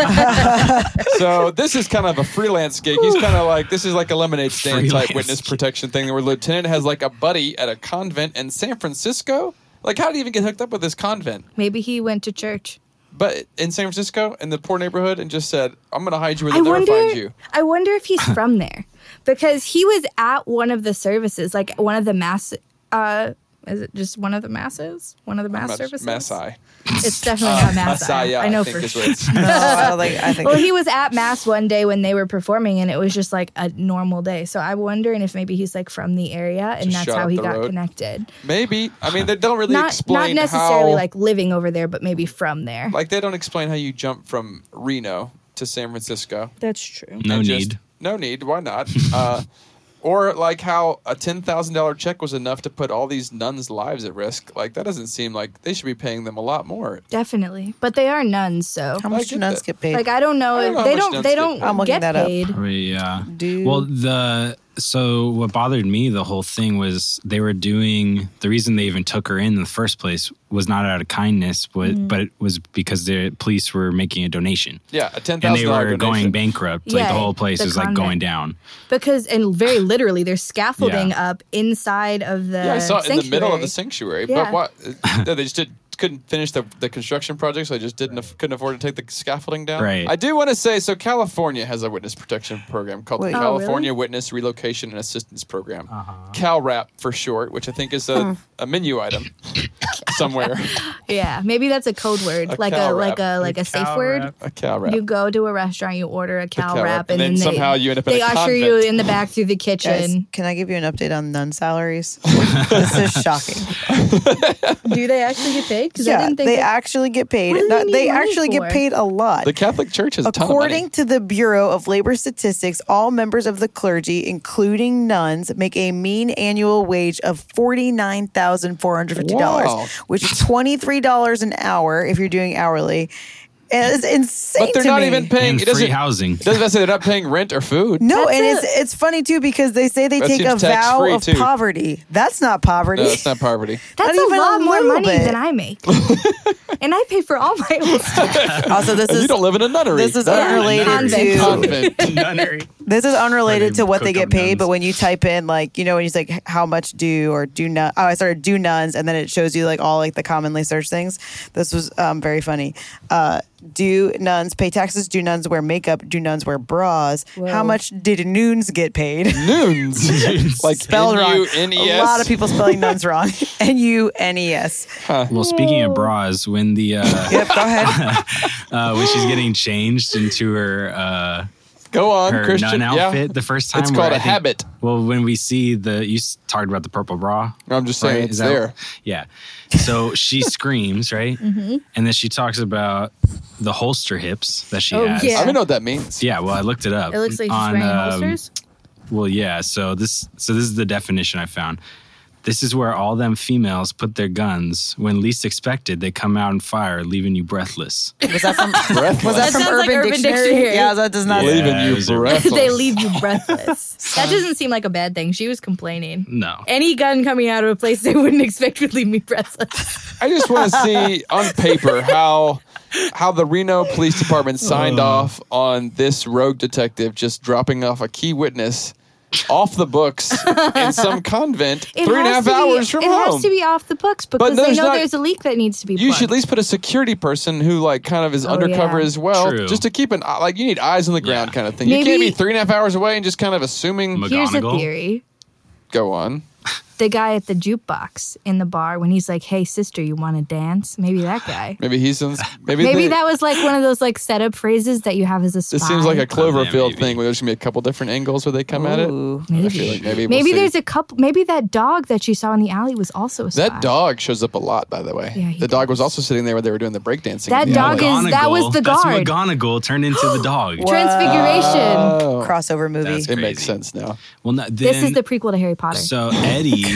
Speaker 1: program. so this is kind of a freelance gig. He's kind of like this is like a lemonade stand type
Speaker 3: Freelance
Speaker 1: witness
Speaker 3: gig.
Speaker 1: protection thing where lieutenant has like a buddy at a convent in San Francisco. Like how did he even get hooked up with this convent?
Speaker 2: Maybe he went to church.
Speaker 1: But in San Francisco in the poor neighborhood and just said, "I'm going to hide you where
Speaker 2: I
Speaker 1: they never
Speaker 2: wonder.
Speaker 1: find you."
Speaker 2: I wonder if he's from there because he was at one of the services, like one of the mass. Uh, is it just one of the masses? One of the mass
Speaker 1: Mas-
Speaker 2: services?
Speaker 1: Masai.
Speaker 2: It's definitely
Speaker 1: Uh,
Speaker 2: not mass.
Speaker 1: Masaya,
Speaker 2: I know
Speaker 1: think
Speaker 2: for
Speaker 1: is
Speaker 2: sure.
Speaker 1: what it's-
Speaker 4: no, I don't think, I think
Speaker 2: Well, he was at mass one day when they were performing, and it was just like a normal day. So I'm wondering if maybe he's like from the area, and
Speaker 1: Just
Speaker 2: that's
Speaker 1: shut
Speaker 2: how
Speaker 1: up
Speaker 2: he
Speaker 1: the
Speaker 2: got
Speaker 1: road.
Speaker 2: connected.
Speaker 1: Maybe. I mean, they don't really
Speaker 2: Not
Speaker 1: explain
Speaker 2: not necessarily
Speaker 1: how
Speaker 2: like living over there, but maybe from there.
Speaker 1: Like they don't explain how you jump from Reno to San Francisco.
Speaker 2: that's true.
Speaker 3: no
Speaker 1: And
Speaker 3: need.
Speaker 1: just- no need. Why not? Uh, or like how a ten thousand dollar check was enough to put all these nuns' lives at risk. Like that doesn't seem like they should be paying them a lot more.
Speaker 2: Definitely, but they are nuns, so
Speaker 4: how
Speaker 1: I
Speaker 4: much
Speaker 1: get
Speaker 4: do nuns
Speaker 1: that.
Speaker 4: get paid?
Speaker 2: like I don't know.
Speaker 1: I don't
Speaker 2: if
Speaker 1: know how
Speaker 2: they
Speaker 1: much
Speaker 2: don't.
Speaker 1: nuns
Speaker 2: They
Speaker 1: get
Speaker 2: don't
Speaker 1: paid.
Speaker 4: I'm looking
Speaker 2: get
Speaker 4: that up.
Speaker 2: paid.
Speaker 3: Probably, yeah.
Speaker 4: Dude.
Speaker 3: Well, the so what bothered me the whole thing was they were doing the reason they even took her in the first place was not out of kindness, but but it was because the police were making a donation
Speaker 1: Yeah, a Mm-hmm. ten
Speaker 3: and
Speaker 1: thousand
Speaker 3: they
Speaker 1: dollar
Speaker 3: were going bankrupt. like
Speaker 2: Yeah,
Speaker 3: the whole place
Speaker 2: the
Speaker 3: was like
Speaker 2: convent.
Speaker 3: going down.
Speaker 2: because and very literally there's scaffolding
Speaker 3: Yeah.
Speaker 2: up inside of the
Speaker 4: Uh,
Speaker 1: Yeah, I saw it in the middle of the
Speaker 2: sanctuary.
Speaker 1: sanctuary.
Speaker 2: Yeah.
Speaker 1: But what? no, they just did, couldn't finish the, the construction project, so they just didn't aff- couldn't afford to take the scaffolding down.
Speaker 3: Right.
Speaker 1: I do want to say so. California has a witness protection program called
Speaker 4: Wait.
Speaker 1: the
Speaker 4: Oh,
Speaker 2: really?
Speaker 1: California Witness Relocation and Assistance Program,
Speaker 3: Uh-huh.
Speaker 1: CalRAP for short, which I think is
Speaker 4: Hmm.
Speaker 1: a, a menu item somewhere.
Speaker 2: yeah maybe that's a code word
Speaker 1: A
Speaker 2: like a
Speaker 1: cow
Speaker 2: like a
Speaker 1: wrap.
Speaker 2: like a, safe word
Speaker 1: a CalRAP.
Speaker 2: you go to a restaurant you order a cow,
Speaker 1: cow
Speaker 2: wrap,
Speaker 1: wrap, and
Speaker 2: and then,
Speaker 1: then somehow
Speaker 2: they,
Speaker 1: you end up in
Speaker 2: they
Speaker 1: a
Speaker 2: usher
Speaker 1: convent.
Speaker 2: you in the back through the
Speaker 4: Guys,
Speaker 2: kitchen
Speaker 4: can I give you an update on nun salaries? this is shocking.
Speaker 2: do they actually get paid because i
Speaker 4: Yeah,
Speaker 2: didn't think
Speaker 4: they
Speaker 2: that-
Speaker 4: actually get paid.
Speaker 2: What do
Speaker 4: No,
Speaker 2: they need
Speaker 4: they
Speaker 2: money
Speaker 4: actually
Speaker 2: for?
Speaker 4: get paid a lot.
Speaker 1: The Catholic Church has a ton of money.
Speaker 4: According to the Bureau of Labor Statistics, all members of the clergy, including nuns, make a mean annual wage of $49,450,
Speaker 1: Wow.
Speaker 4: which is $23 an hour if you're doing hourly. And It's insane.
Speaker 1: But they're
Speaker 4: to
Speaker 1: not
Speaker 4: me.
Speaker 1: even paying.
Speaker 3: And
Speaker 1: It doesn't,
Speaker 3: free housing.
Speaker 1: It doesn't say they're not paying rent or food.
Speaker 4: No,
Speaker 2: That's
Speaker 4: and
Speaker 2: it.
Speaker 4: it's it's funny too because they say they
Speaker 1: That
Speaker 4: take a
Speaker 1: seems
Speaker 4: vow
Speaker 1: tax-free,
Speaker 4: of
Speaker 1: too.
Speaker 4: poverty. That's not poverty.
Speaker 1: No, it's not poverty.
Speaker 2: That's
Speaker 4: Not
Speaker 2: a
Speaker 4: even a
Speaker 2: lot more
Speaker 4: little
Speaker 2: money
Speaker 4: bit.
Speaker 2: than I make. and I pay for all my own stuff.
Speaker 4: also, this
Speaker 1: you
Speaker 4: is
Speaker 1: don't live in a nunnery.
Speaker 4: this is
Speaker 1: That-
Speaker 4: unrelated
Speaker 2: Convict.
Speaker 4: to
Speaker 1: Convent.
Speaker 3: Nunnery.
Speaker 4: this is unrelated
Speaker 3: Friday
Speaker 4: to what they get
Speaker 3: cooked up
Speaker 4: paid.
Speaker 3: nuns.
Speaker 4: But when you type in like you know when you say like, how much do or do not oh I started do nuns and then it shows you like all like the commonly searched things. This was um, very funny. Uh, do nuns pay taxes? Do nuns wear makeup? Do nuns wear bras? How
Speaker 2: Whoa.
Speaker 4: much did nuns get paid?
Speaker 1: Noons. like
Speaker 4: Spelled wrong.
Speaker 3: E
Speaker 1: N-U-N-E-S.
Speaker 4: A lot of people spelling nuns wrong. N U N E S.
Speaker 3: Well, speaking of bras, when the uh,
Speaker 4: Yep, go ahead.
Speaker 3: uh, when she's getting changed into her uh,
Speaker 1: Go on,
Speaker 3: her
Speaker 1: Christian.
Speaker 3: nun outfit
Speaker 1: Yeah.
Speaker 3: the first time,
Speaker 1: It's
Speaker 3: where
Speaker 1: called
Speaker 3: I
Speaker 1: a
Speaker 3: think-
Speaker 1: habit.
Speaker 3: Well, when we see the you s- talked about the purple bra.
Speaker 1: I'm just saying it's
Speaker 3: Is that-
Speaker 1: there.
Speaker 3: Yeah. So she screams, right?
Speaker 2: Mm-hmm.
Speaker 3: And then she talks about the holster hips that she
Speaker 2: Oh,
Speaker 3: has.
Speaker 1: I
Speaker 2: yeah.
Speaker 1: don't even know what that means.
Speaker 3: Yeah, well, I looked it up.
Speaker 2: It looks like she's
Speaker 3: On,
Speaker 2: wearing
Speaker 3: um,
Speaker 2: holsters.
Speaker 3: Well, yeah. So this, so this is the definition I found. This is where all them females put their guns when least expected. They come out and fire, leaving you breathless.
Speaker 4: Was that from,
Speaker 1: Breathless.
Speaker 4: was that
Speaker 2: That
Speaker 4: from
Speaker 2: sounds
Speaker 4: Urban,
Speaker 2: like Urban
Speaker 4: Dictionary?
Speaker 2: Dictionary.
Speaker 4: Yeah, that does not.
Speaker 1: Leaving
Speaker 3: Yeah, it
Speaker 1: you
Speaker 3: was a-
Speaker 1: breathless.
Speaker 2: they leave you breathless. that doesn't seem like a bad thing. She was complaining.
Speaker 3: No.
Speaker 2: Any gun coming out of a place they wouldn't expect would leave me breathless.
Speaker 1: I just want to see on paper how how the Reno Police Department signed
Speaker 3: Oh.
Speaker 1: off on this rogue detective just dropping off a key witness off the books in some convent
Speaker 2: It
Speaker 1: three and a
Speaker 2: has
Speaker 1: half
Speaker 2: to be-
Speaker 1: hours from
Speaker 2: It
Speaker 1: home.
Speaker 2: has to be off the books because they
Speaker 1: there's
Speaker 2: know
Speaker 1: not-
Speaker 2: there's a leak that needs to be.
Speaker 1: you should at
Speaker 2: plugged.
Speaker 1: least put a security person who like kind of is undercover
Speaker 2: Oh, yeah.
Speaker 1: as well,
Speaker 3: True.
Speaker 1: just to keep an eye. Like you need eyes on the ground
Speaker 3: Yeah.
Speaker 1: kind of thing. you
Speaker 2: Maybe-
Speaker 1: can't be three and a half hours away and just kind of assuming.
Speaker 3: Mag-
Speaker 2: Here's a
Speaker 3: McGonagall.
Speaker 2: theory.
Speaker 1: go on.
Speaker 2: The guy at the jukebox in the bar when he's like, "Hey sister, you want to dance?" Maybe that guy.
Speaker 1: Maybe he's in. Maybe,
Speaker 2: Maybe
Speaker 1: they-
Speaker 2: that was like one of those like setup phrases that you have as a spy.
Speaker 1: This seems like a Cloverfield
Speaker 3: Oh, maybe.
Speaker 1: thing where there's gonna be a couple different angles where they come at it. I feel
Speaker 2: maybe.
Speaker 1: like maybe we'll
Speaker 2: maybe
Speaker 1: see.
Speaker 2: there's a couple. Maybe that dog that you saw in the alley was also a spy.
Speaker 1: That dog shows up a lot, by the way.
Speaker 2: Yeah, he
Speaker 1: the dog was also sitting there when they were doing the breakdancing.
Speaker 2: That
Speaker 1: in the
Speaker 2: dog
Speaker 1: alley.
Speaker 2: is- that was the
Speaker 3: That's
Speaker 2: guard.
Speaker 3: McGonagall turned into the dog.
Speaker 2: Transfiguration.
Speaker 4: crossover movie.
Speaker 3: Oh. That's
Speaker 1: Oh, It makes
Speaker 3: crazy.
Speaker 1: sense now.
Speaker 3: Well, no, then,
Speaker 2: this is the prequel to Harry Potter.
Speaker 3: so Eddie.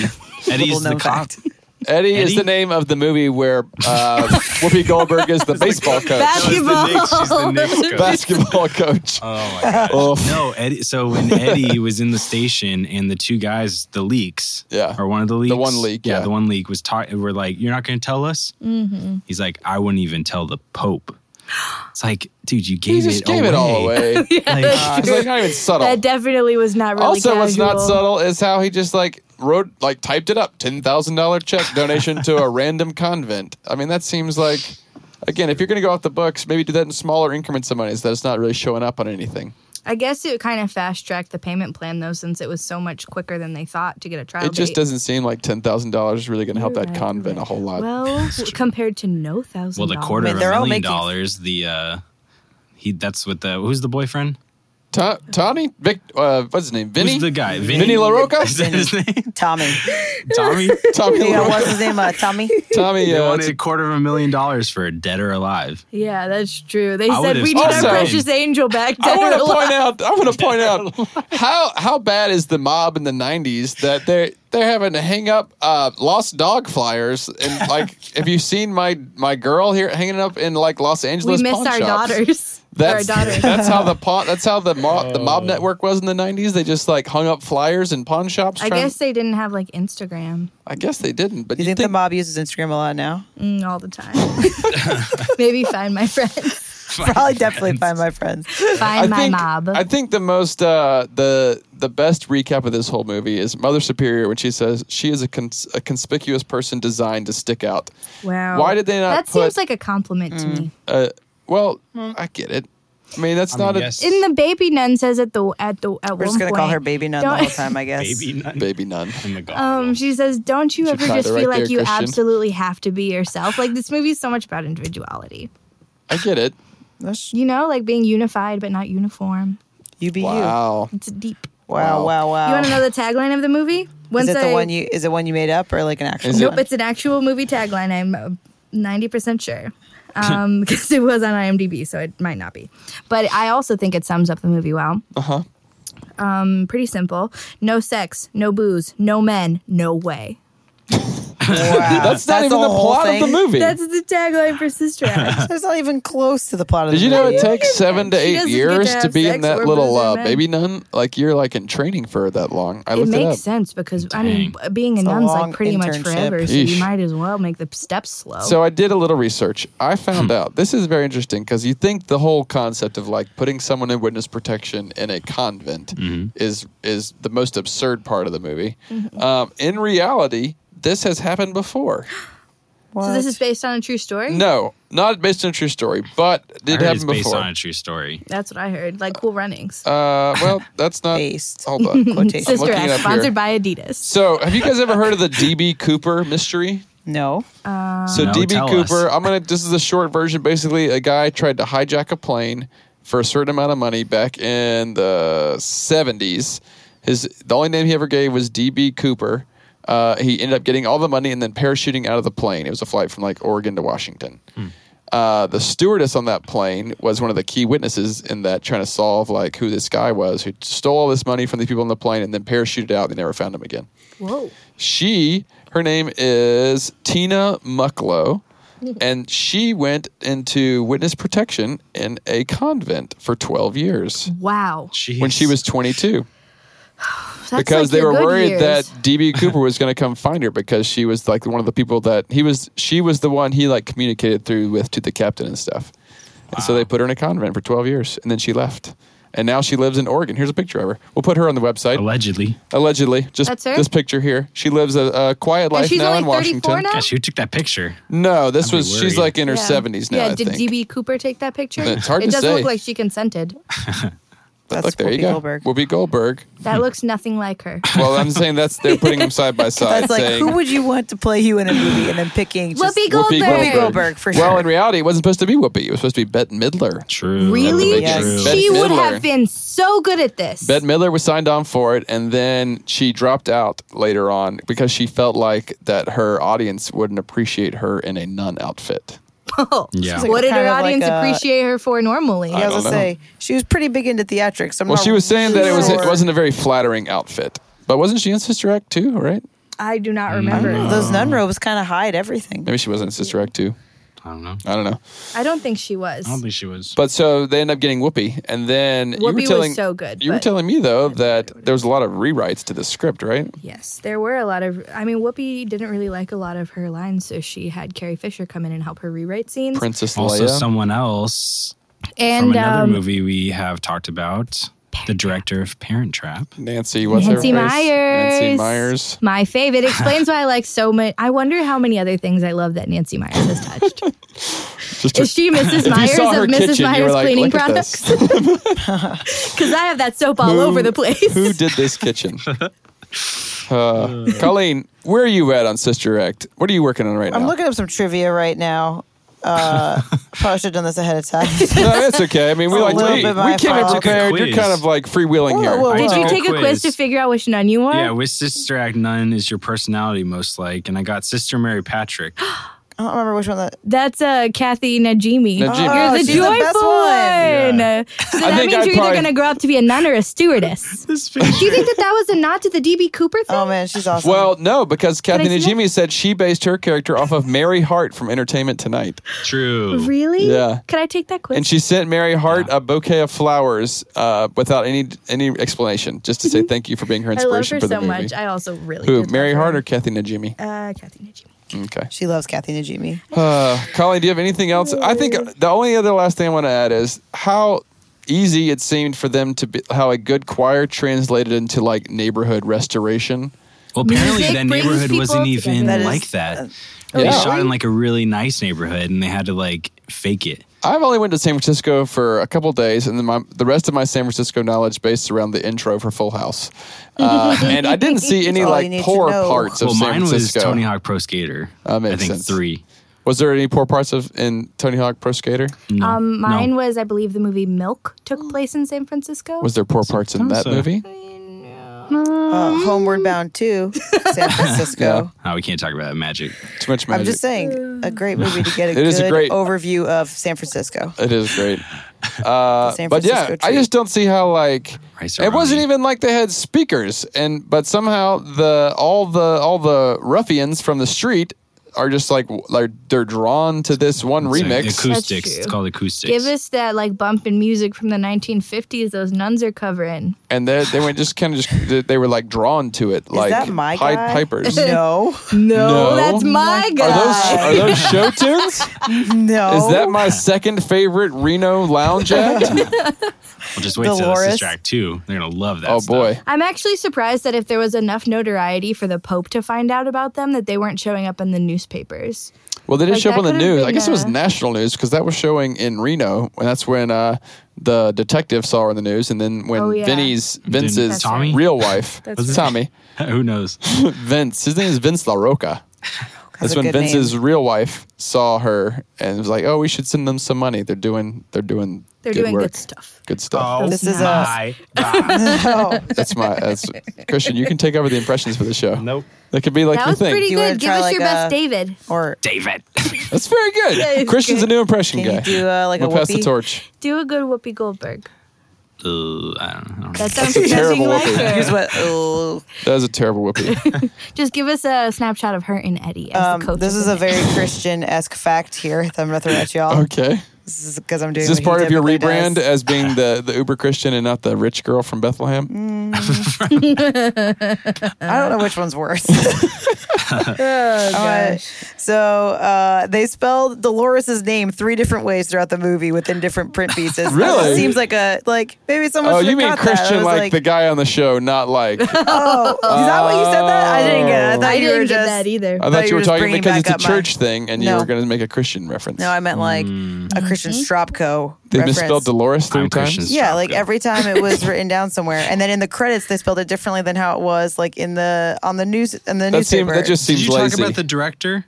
Speaker 3: Eddie's the
Speaker 4: known
Speaker 3: cop.
Speaker 4: fact.
Speaker 1: Eddie, is
Speaker 3: Eddie?
Speaker 1: the name of the movie where uh, Whoopi Goldberg is the baseball coach,
Speaker 3: No, it's the Knicks. She's the Knicks coach.
Speaker 1: basketball coach.
Speaker 3: Oh my gosh.
Speaker 1: Oof.
Speaker 3: No, Eddie. So when Eddie was in the station and the two guys, the leaks,
Speaker 1: Yeah.
Speaker 3: or one of the leaks,
Speaker 1: one leak, yeah.
Speaker 3: the one leak was taught. We're like, you're not going to tell us.
Speaker 2: Mm-hmm.
Speaker 3: He's like, I wouldn't even tell the Pope. It's like, dude, you gave
Speaker 1: He just
Speaker 3: it
Speaker 1: gave
Speaker 3: away.
Speaker 1: it all away.
Speaker 3: Like,
Speaker 1: It's like not even subtle.
Speaker 2: that definitely was not really
Speaker 1: also, what's not
Speaker 2: casual.
Speaker 1: subtle is how he just like wrote, like typed it up, ten thousand dollar check donation to a random convent. I mean, that seems like, again, if you're gonna go off the books, maybe do that in smaller increments of money, so that it's not really showing up on anything.
Speaker 2: I guess it kind of fast tracked the payment plan though, since it was so much quicker than they thought to get a trial.
Speaker 1: It just
Speaker 2: date.
Speaker 1: doesn't seem like ten thousand dollars is really going to help that
Speaker 2: Right,
Speaker 1: convent
Speaker 2: right.
Speaker 1: a whole lot.
Speaker 2: Well, compared to no thousand.
Speaker 3: well, the quarter
Speaker 4: I mean,
Speaker 3: of a
Speaker 4: they're all
Speaker 3: million
Speaker 4: making-
Speaker 3: dollars. The uh, he. That's what the who's the boyfriend?
Speaker 1: Ta- Tawny, Vic, uh, what's his name? Vinny,
Speaker 3: Who's the guy? Vinny,
Speaker 1: Vinny LaRocca,
Speaker 3: Is that his name?
Speaker 4: Tommy.
Speaker 3: Tommy.
Speaker 1: Tommy
Speaker 4: Yeah,
Speaker 1: LaRocca,
Speaker 4: what's his name? Uh, Tommy.
Speaker 1: Tommy.
Speaker 3: They
Speaker 1: Uh,
Speaker 3: wanted a quarter of a million dollars for dead or alive.
Speaker 2: Yeah, that's true. They
Speaker 3: I
Speaker 2: said
Speaker 3: would've
Speaker 2: we need our
Speaker 1: also-
Speaker 2: precious angel back.
Speaker 1: I
Speaker 2: dead
Speaker 1: want
Speaker 2: or
Speaker 1: to
Speaker 2: alive."
Speaker 1: point out. I want to point out how how bad is the mob in the '90s that they're they're having to hang up uh, lost dog flyers and like have you seen my my girl here hanging up in like Los
Speaker 2: we
Speaker 1: Angeles?
Speaker 2: miss
Speaker 1: pawn
Speaker 2: our
Speaker 1: shops?
Speaker 2: daughters. Or our Oh.
Speaker 1: That's
Speaker 2: daughters.
Speaker 1: that's how the pawn, that's how the mob the mob network was in the '90s. They just like hung up flyers in pawn shops.
Speaker 2: I
Speaker 1: trying-
Speaker 2: guess they didn't have like Instagram
Speaker 1: I guess they didn't. But
Speaker 4: You
Speaker 1: you
Speaker 4: think the mob uses Instagram a lot now?
Speaker 2: mm, all the time. Maybe find my friends.
Speaker 4: Probably definitely find my friends.
Speaker 2: Find my mob.
Speaker 1: I think the most uh, the the best recap of this whole movie is Mother Superior when she says she is a, cons- a conspicuous person designed to stick out.
Speaker 2: wow.
Speaker 1: Why did they not
Speaker 2: That
Speaker 1: put-
Speaker 2: seems like a compliment to
Speaker 4: Mm.
Speaker 2: me.
Speaker 1: Uh, well, I get it. I mean, that's not
Speaker 3: Hmm. mean,
Speaker 1: a
Speaker 3: yes.
Speaker 2: In the baby nun says at the at the at one
Speaker 4: We're just gonna
Speaker 2: point,
Speaker 4: call her baby nun the
Speaker 2: don't-
Speaker 4: whole time, I guess.
Speaker 3: Baby nun.
Speaker 1: baby nun.
Speaker 3: And the god.
Speaker 2: Um, she says, "Don't you
Speaker 1: Should
Speaker 2: ever
Speaker 1: try
Speaker 2: just
Speaker 1: that
Speaker 2: feel
Speaker 1: right
Speaker 2: like
Speaker 1: there,
Speaker 2: you
Speaker 1: Christian.
Speaker 2: absolutely have to be yourself? Like this movie's so much about individuality.
Speaker 1: I get it.
Speaker 4: That's-
Speaker 2: You know, like being unified but not uniform.
Speaker 4: You be
Speaker 1: Wow.
Speaker 2: It's deep.
Speaker 4: you. Wow, wow, wow.
Speaker 2: You want to know the tagline of the movie?
Speaker 4: Oh. is
Speaker 2: Once
Speaker 4: it the
Speaker 2: I-
Speaker 4: one you is it one you made up or like an actual
Speaker 1: Is it-
Speaker 4: one?
Speaker 2: Nope, it's an actual movie tagline. I'm uh, ninety percent sure because it was on IMDb, so it might not be. But I also think it sums up the movie well. Uh
Speaker 4: Uh-huh.
Speaker 2: huh. Um, pretty simple. No sex, no booze, no men, no way.
Speaker 1: That's not even the
Speaker 4: whole
Speaker 1: plot
Speaker 4: thing?
Speaker 1: of the movie.
Speaker 2: That's the tagline for Sister Act.
Speaker 4: That's not even close to the plot of the
Speaker 1: Did you know
Speaker 4: movie.
Speaker 1: it takes seven to
Speaker 2: She
Speaker 1: eight
Speaker 2: doesn't get
Speaker 1: years
Speaker 2: to
Speaker 1: to,
Speaker 2: have
Speaker 1: be in
Speaker 2: sex
Speaker 1: that
Speaker 2: or
Speaker 1: little
Speaker 2: booze or
Speaker 1: uh,
Speaker 2: men?
Speaker 1: baby nun? Like you're like in training for that long. I
Speaker 2: it
Speaker 1: looked it up.
Speaker 2: makes sense because I mean, b- being a
Speaker 4: It's a
Speaker 2: nun's
Speaker 4: long
Speaker 2: like pretty much
Speaker 4: internship.
Speaker 2: forever, so you
Speaker 1: Yeesh.
Speaker 2: might as well make the steps slow.
Speaker 1: So I did a little research. I found
Speaker 3: Hmm.
Speaker 1: out this is very interesting because you think the whole concept of like putting someone in witness protection in a convent
Speaker 3: Mm-hmm.
Speaker 1: is is the most absurd part of the movie. Um, in reality, this has happened before.
Speaker 2: So
Speaker 4: What?
Speaker 2: this is based on a true story.
Speaker 1: No, not based on a true story, but it
Speaker 3: I
Speaker 1: did
Speaker 3: heard it's
Speaker 1: happen
Speaker 3: based
Speaker 1: before.
Speaker 3: on a true story.
Speaker 2: That's what I heard. Like Cool Runnings.
Speaker 1: Uh, well, that's not
Speaker 4: Based.
Speaker 1: Hold on.
Speaker 4: Quotation.
Speaker 1: I'm
Speaker 2: Sister
Speaker 1: looking it
Speaker 2: Act,
Speaker 1: up here.
Speaker 2: sponsored by Adidas.
Speaker 1: So, have you guys ever heard of the DB Cooper mystery?
Speaker 4: No.
Speaker 1: So
Speaker 3: No,
Speaker 1: DB
Speaker 3: tell
Speaker 1: Cooper,
Speaker 3: us.
Speaker 1: I'm gonna. This is a short version. Basically, a guy tried to hijack a plane for a certain amount of money back in the 70s. His the only name he ever gave was DB Cooper. Uh, he ended up getting all the money and then parachuting out of the plane. It was a flight from like Oregon to Washington.
Speaker 3: Hmm.
Speaker 1: Uh, the stewardess on that plane was one of the key witnesses in that trying to solve like who this guy was who stole all this money from the people on the plane and then parachuted out. They never found him again.
Speaker 2: Whoa.
Speaker 1: She, her name is Tina Mucklow, and she went into witness protection in a convent for 12 years
Speaker 2: Wow.
Speaker 1: when she was 22
Speaker 2: That's
Speaker 1: because
Speaker 2: like
Speaker 1: they
Speaker 2: your
Speaker 1: were
Speaker 2: good
Speaker 1: worried
Speaker 2: years.
Speaker 1: that DB Cooper was going to come find her because she was like one of the people that he was she was the one he like communicated through with to the captain and stuff. And so they put her in a convent for 12 years and then she left. And now she lives in Oregon. Here's a picture of her. We'll put her on the website.
Speaker 3: allegedly.
Speaker 1: Allegedly, just
Speaker 2: That's her?
Speaker 1: this picture here. She lives a, a quiet life
Speaker 2: she's
Speaker 1: now
Speaker 2: only
Speaker 1: in
Speaker 2: 34
Speaker 1: Washington.
Speaker 2: now?
Speaker 3: Gosh, who took that picture?
Speaker 1: No, this
Speaker 3: be
Speaker 1: was she's
Speaker 3: worried.
Speaker 1: like in her
Speaker 2: Yeah.
Speaker 1: seventies now.
Speaker 2: Yeah,
Speaker 1: I
Speaker 2: did
Speaker 1: think.
Speaker 2: DB Cooper take that picture?
Speaker 1: It's hard
Speaker 2: it
Speaker 1: to
Speaker 2: doesn't
Speaker 1: say.
Speaker 2: look like she consented.
Speaker 4: That's
Speaker 1: Look, there you
Speaker 4: Whoopi
Speaker 1: go.
Speaker 4: Goldberg.
Speaker 1: Whoopi Goldberg.
Speaker 2: That looks nothing like her.
Speaker 1: Well, I'm saying that's they're putting them side by side.
Speaker 4: That's like,
Speaker 1: saying,
Speaker 4: who would you want to play you in a movie? And then picking just
Speaker 2: Whoopi
Speaker 1: Whoopi
Speaker 2: Goldberg.
Speaker 1: Goldberg.
Speaker 4: Goldberg, for
Speaker 1: Well,
Speaker 4: sure.
Speaker 1: in reality, it wasn't supposed to be Whoopi. It was supposed to be Bette Midler.
Speaker 3: True.
Speaker 2: Really?
Speaker 4: Yes.
Speaker 3: True.
Speaker 1: Betty
Speaker 2: She would
Speaker 1: Midler.
Speaker 2: have been so good at this.
Speaker 1: Bette Midler was signed on for it, and then she dropped out later on because she felt like that her audience wouldn't appreciate her in a nun outfit.
Speaker 2: Oh.
Speaker 3: Yeah.
Speaker 2: What did
Speaker 4: Kind
Speaker 2: her
Speaker 4: of like
Speaker 2: audience
Speaker 4: a-
Speaker 2: appreciate her for normally?
Speaker 4: Yeah, I
Speaker 1: don't
Speaker 4: was gonna
Speaker 1: know.
Speaker 4: say she was pretty big into theatrics. I'm
Speaker 1: Well,
Speaker 4: not
Speaker 1: she was saying that it was
Speaker 4: sure.
Speaker 1: it wasn't a very flattering outfit. But wasn't she in Sister Act too? Right?
Speaker 2: I do not remember.
Speaker 3: Mm.
Speaker 4: Those nun robes kind of hide everything.
Speaker 1: Maybe she was in Sister Act too.
Speaker 3: I don't know. I
Speaker 1: I don't know.
Speaker 2: I don't think she was.
Speaker 3: don't think she was.
Speaker 1: But so they end up getting Whoopi, and then you
Speaker 2: Whoopi
Speaker 1: were
Speaker 2: was
Speaker 1: telling
Speaker 2: so good,
Speaker 1: You were
Speaker 2: but-
Speaker 1: telling me though that there was a lot of rewrites to the script, right?
Speaker 2: Yes, there were a lot of. I mean, Whoopi didn't really like a lot of her lines, so she had Carrie Fisher come in and help her rewrite scenes.
Speaker 1: Princess
Speaker 3: also,
Speaker 1: Leia.
Speaker 3: someone else
Speaker 2: and
Speaker 3: from another
Speaker 2: um,
Speaker 3: movie we have talked about, the director of Parent Trap.
Speaker 1: Nancy, what's
Speaker 2: Nancy
Speaker 1: her face?
Speaker 2: Myers.
Speaker 1: Nancy Myers.
Speaker 2: My favorite explains why I like so much. I wonder how many other things I love that Nancy Myers has touched.
Speaker 1: Just
Speaker 2: Is she Mrs.
Speaker 1: if you
Speaker 2: Myers
Speaker 1: saw her
Speaker 2: of Mrs.
Speaker 1: kitchen, you
Speaker 2: Myers
Speaker 1: were like,
Speaker 2: cleaning
Speaker 1: "Look at
Speaker 2: products?
Speaker 1: this.
Speaker 2: Because I have that soap all
Speaker 1: Who-
Speaker 2: over the place.
Speaker 1: Who did this kitchen? Uh, Colleen, where are you at on Sister Act? What are you working on right now?
Speaker 4: I'm looking up some trivia right now. Uh, probably should have done this ahead of time.
Speaker 1: No, that's okay. I mean, we
Speaker 4: It's a
Speaker 1: like
Speaker 4: little
Speaker 1: we,
Speaker 4: bit
Speaker 1: we
Speaker 4: my
Speaker 1: came in
Speaker 4: fault.
Speaker 1: prepared. You're
Speaker 3: Quiz.
Speaker 1: kind of like freewheeling here.
Speaker 4: Whoa, whoa,
Speaker 2: Did
Speaker 4: whoa.
Speaker 2: you
Speaker 3: Oh,
Speaker 2: take a quiz
Speaker 3: quiz.
Speaker 2: to figure out which nun you are?
Speaker 3: Yeah, which Sister Act nun is your personality most like? And I got Sister Mary Patrick.
Speaker 4: I don't remember which one that.
Speaker 2: That's uh, Kathy Najimy.
Speaker 1: Najimy.
Speaker 4: Oh,
Speaker 2: You're the
Speaker 4: she's the
Speaker 2: joyful
Speaker 4: best one.
Speaker 2: one.
Speaker 3: Yeah.
Speaker 2: So that
Speaker 1: I think
Speaker 2: means
Speaker 1: I'd
Speaker 2: you're either
Speaker 1: probably-
Speaker 2: going to grow up to be a nun or a stewardess.
Speaker 3: this
Speaker 2: Do you think that that was a nod to the DB Cooper thing?
Speaker 4: Oh man, she's awesome.
Speaker 1: Well, no, because Kathy
Speaker 2: I see
Speaker 1: Najimy said she based her character off of Mary Hart from Entertainment Tonight.
Speaker 3: True.
Speaker 2: Really?
Speaker 1: Yeah.
Speaker 2: Could I take that quiz?
Speaker 1: And she sent Mary Hart a bouquet of flowers uh, without any any explanation, just to say thank you for being her
Speaker 2: Mm-hmm. I love her
Speaker 1: inspiration for the
Speaker 2: so
Speaker 1: movie.
Speaker 2: much. I also really
Speaker 1: Who,
Speaker 2: did
Speaker 1: Mary
Speaker 2: love
Speaker 1: Hart
Speaker 2: her.
Speaker 1: or Kathy Najimy?
Speaker 2: Uh, Kathy Najimy.
Speaker 1: Okay.
Speaker 4: she loves Kathy Najimy.
Speaker 1: Uh, Colleen, do you have anything else? I think the only other last thing I want to add is how easy it seemed for them to be, how a good choir translated into like neighborhood restoration.
Speaker 3: Well, apparently
Speaker 2: Music
Speaker 3: that
Speaker 2: brings
Speaker 3: neighborhood wasn't
Speaker 2: people
Speaker 3: even
Speaker 2: together.
Speaker 4: That is-
Speaker 3: like that.
Speaker 1: uh,
Speaker 3: They
Speaker 1: Yeah.
Speaker 3: shot in like a really nice neighborhood, and they had to like fake it.
Speaker 1: I've only went to San Francisco for a couple days, and then my, the rest of my San Francisco knowledge based around the intro for Full House, uh, and I didn't see any
Speaker 4: That's all you
Speaker 1: like
Speaker 4: need to
Speaker 1: poor
Speaker 4: know.
Speaker 1: parts of
Speaker 3: well,
Speaker 1: San
Speaker 3: mine was
Speaker 1: Francisco.
Speaker 3: Tony Hawk Pro Skater.
Speaker 1: That makes
Speaker 3: I think
Speaker 1: sense.
Speaker 3: three.
Speaker 1: Was there any poor parts of in Tony Hawk Pro Skater?
Speaker 3: No,
Speaker 2: Um,
Speaker 3: no.
Speaker 2: mine was, I believe, the movie Milk
Speaker 4: Mm.
Speaker 2: took place in San Francisco.
Speaker 1: Was there poor parts in that
Speaker 3: so.
Speaker 1: movie?
Speaker 4: Uh, Homeward Bound 2, San Francisco.
Speaker 3: Oh, we can't talk about that magic.
Speaker 1: Too much magic.
Speaker 4: I'm just saying, a great movie to get a
Speaker 1: It
Speaker 4: good
Speaker 1: is a great-
Speaker 4: overview of San Francisco.
Speaker 1: It is great. Uh,
Speaker 4: San
Speaker 1: but yeah,
Speaker 4: Francisco
Speaker 1: I
Speaker 4: tree.
Speaker 1: just don't see how like
Speaker 3: Rice
Speaker 1: it wasn't
Speaker 3: Aroni.
Speaker 1: even like they had speakers, and but somehow the all the all the ruffians from the street are just like w- like they're drawn to this one
Speaker 3: It's like
Speaker 1: remix.
Speaker 3: acoustics.
Speaker 2: true.
Speaker 3: It's called acoustics.
Speaker 2: Give us that like bump in music from the 1950s. Those nuns are covering.
Speaker 1: and they they went just kind of just they- they were like drawn to it like
Speaker 4: that my
Speaker 1: Pied
Speaker 4: guy?
Speaker 1: Pipers.
Speaker 4: No, Oh
Speaker 1: No.
Speaker 2: Oh, that's my
Speaker 1: Are
Speaker 2: guy.
Speaker 1: those are those show tunes?
Speaker 4: no.
Speaker 1: Is that my second favorite Reno lounge act? Oh,
Speaker 3: well, just wait till this
Speaker 4: Dolores.
Speaker 3: is track two. They're gonna love that.
Speaker 1: oh
Speaker 3: stuff.
Speaker 1: boy.
Speaker 2: I'm actually surprised that if there was enough notoriety for the Pope to find out about them, that they weren't showing up in the newspapers.
Speaker 1: Well, they didn't
Speaker 2: Like,
Speaker 1: show up
Speaker 2: that
Speaker 1: on the
Speaker 2: could have
Speaker 1: news. I
Speaker 2: been
Speaker 1: guess it was
Speaker 2: a-
Speaker 1: national news because that was showing in Reno, and that's when uh, the detective saw her in the news, and then when
Speaker 2: Oh, yeah.
Speaker 1: Vinny's Vince's
Speaker 2: That's Tommy?
Speaker 1: real wife,
Speaker 2: That's
Speaker 1: Tommy
Speaker 3: Who knows?
Speaker 1: Vince, his name is Vince LaRocca. That's,
Speaker 4: a
Speaker 1: when
Speaker 4: good
Speaker 1: Vince's real wife saw her and was like, "Oh, we should send them some money. They're doing, they're doing,
Speaker 2: They're
Speaker 1: good
Speaker 2: doing
Speaker 1: work,
Speaker 2: good stuff.
Speaker 1: good stuff."
Speaker 3: Oh.
Speaker 4: This is a
Speaker 3: my God.
Speaker 4: no.
Speaker 1: That's my that's Christian. You can take over the impressions for the show.
Speaker 3: Nope.
Speaker 1: that could be like
Speaker 2: that
Speaker 1: your
Speaker 2: was
Speaker 1: thing.
Speaker 2: pretty
Speaker 4: You wanna
Speaker 2: good. Give
Speaker 4: try,
Speaker 2: us
Speaker 4: like,
Speaker 2: your best,
Speaker 4: a-
Speaker 2: David.
Speaker 4: Or
Speaker 3: David.
Speaker 1: That's very good.
Speaker 2: Yeah, it's
Speaker 1: Christian's
Speaker 2: good.
Speaker 1: a new impression
Speaker 4: Can you
Speaker 1: guy.
Speaker 4: do, uh, like
Speaker 1: I'm
Speaker 4: a
Speaker 1: gonna pass the
Speaker 4: whoopee?
Speaker 1: torch.
Speaker 2: Do a good Whoopi Goldberg.
Speaker 3: Uh, I don't know.
Speaker 2: That sounds
Speaker 1: a
Speaker 2: nothing
Speaker 1: terrible
Speaker 2: like
Speaker 1: Whoopi.
Speaker 2: her.
Speaker 4: here's what. ooh.
Speaker 1: That was a terrible whoopee.
Speaker 2: Just give us a snapshot of her and Eddie as
Speaker 4: Um,
Speaker 2: the coaches.
Speaker 4: this is a
Speaker 2: in it.
Speaker 4: very Christian esque fact here that I'm gonna throw at y'all.
Speaker 1: okay.
Speaker 4: This is because I'm doing.
Speaker 1: Is this
Speaker 4: what he
Speaker 1: part of your
Speaker 4: typically does.
Speaker 1: rebrand as being the, the uber Christian and not the rich girl from Bethlehem?
Speaker 4: Mm. I don't know which one's worse.
Speaker 2: Oh,
Speaker 4: Uh, so uh, they spelled Dolores' name three different ways throughout the movie within different print pieces.
Speaker 1: Really?
Speaker 4: It seems like a like maybe someone.
Speaker 1: oh,
Speaker 4: should have
Speaker 1: you mean
Speaker 4: caught that. I
Speaker 1: Christian
Speaker 4: was
Speaker 1: like, the guy on the show, not like. I
Speaker 4: Oh, is that what you said? That I didn't get. It. I thought
Speaker 2: I
Speaker 4: you
Speaker 2: didn't
Speaker 4: were
Speaker 2: get
Speaker 4: just,
Speaker 2: that either.
Speaker 1: Oh. thought
Speaker 4: thought you
Speaker 1: you were
Speaker 4: were just
Speaker 1: talking
Speaker 4: bringing
Speaker 1: because
Speaker 4: back
Speaker 1: it's a
Speaker 4: up my-
Speaker 1: church thing and you
Speaker 4: No.
Speaker 1: were going to make a Christian reference.
Speaker 4: No, I meant like a Christian
Speaker 2: Mm-hmm.
Speaker 4: Stropko.
Speaker 1: Mm. they
Speaker 4: reference.
Speaker 1: misspelled Dolores 3
Speaker 3: I'm
Speaker 1: times.
Speaker 3: Christian.
Speaker 4: Yeah, like
Speaker 3: Stropko.
Speaker 4: every time it was written down somewhere, and then in the credits they spelled it differently than how it was like in the on the news in the
Speaker 1: That, seemed,
Speaker 4: newspaper.
Speaker 1: that just
Speaker 3: Did
Speaker 1: seems
Speaker 3: you
Speaker 1: lazy.
Speaker 3: talk about the director?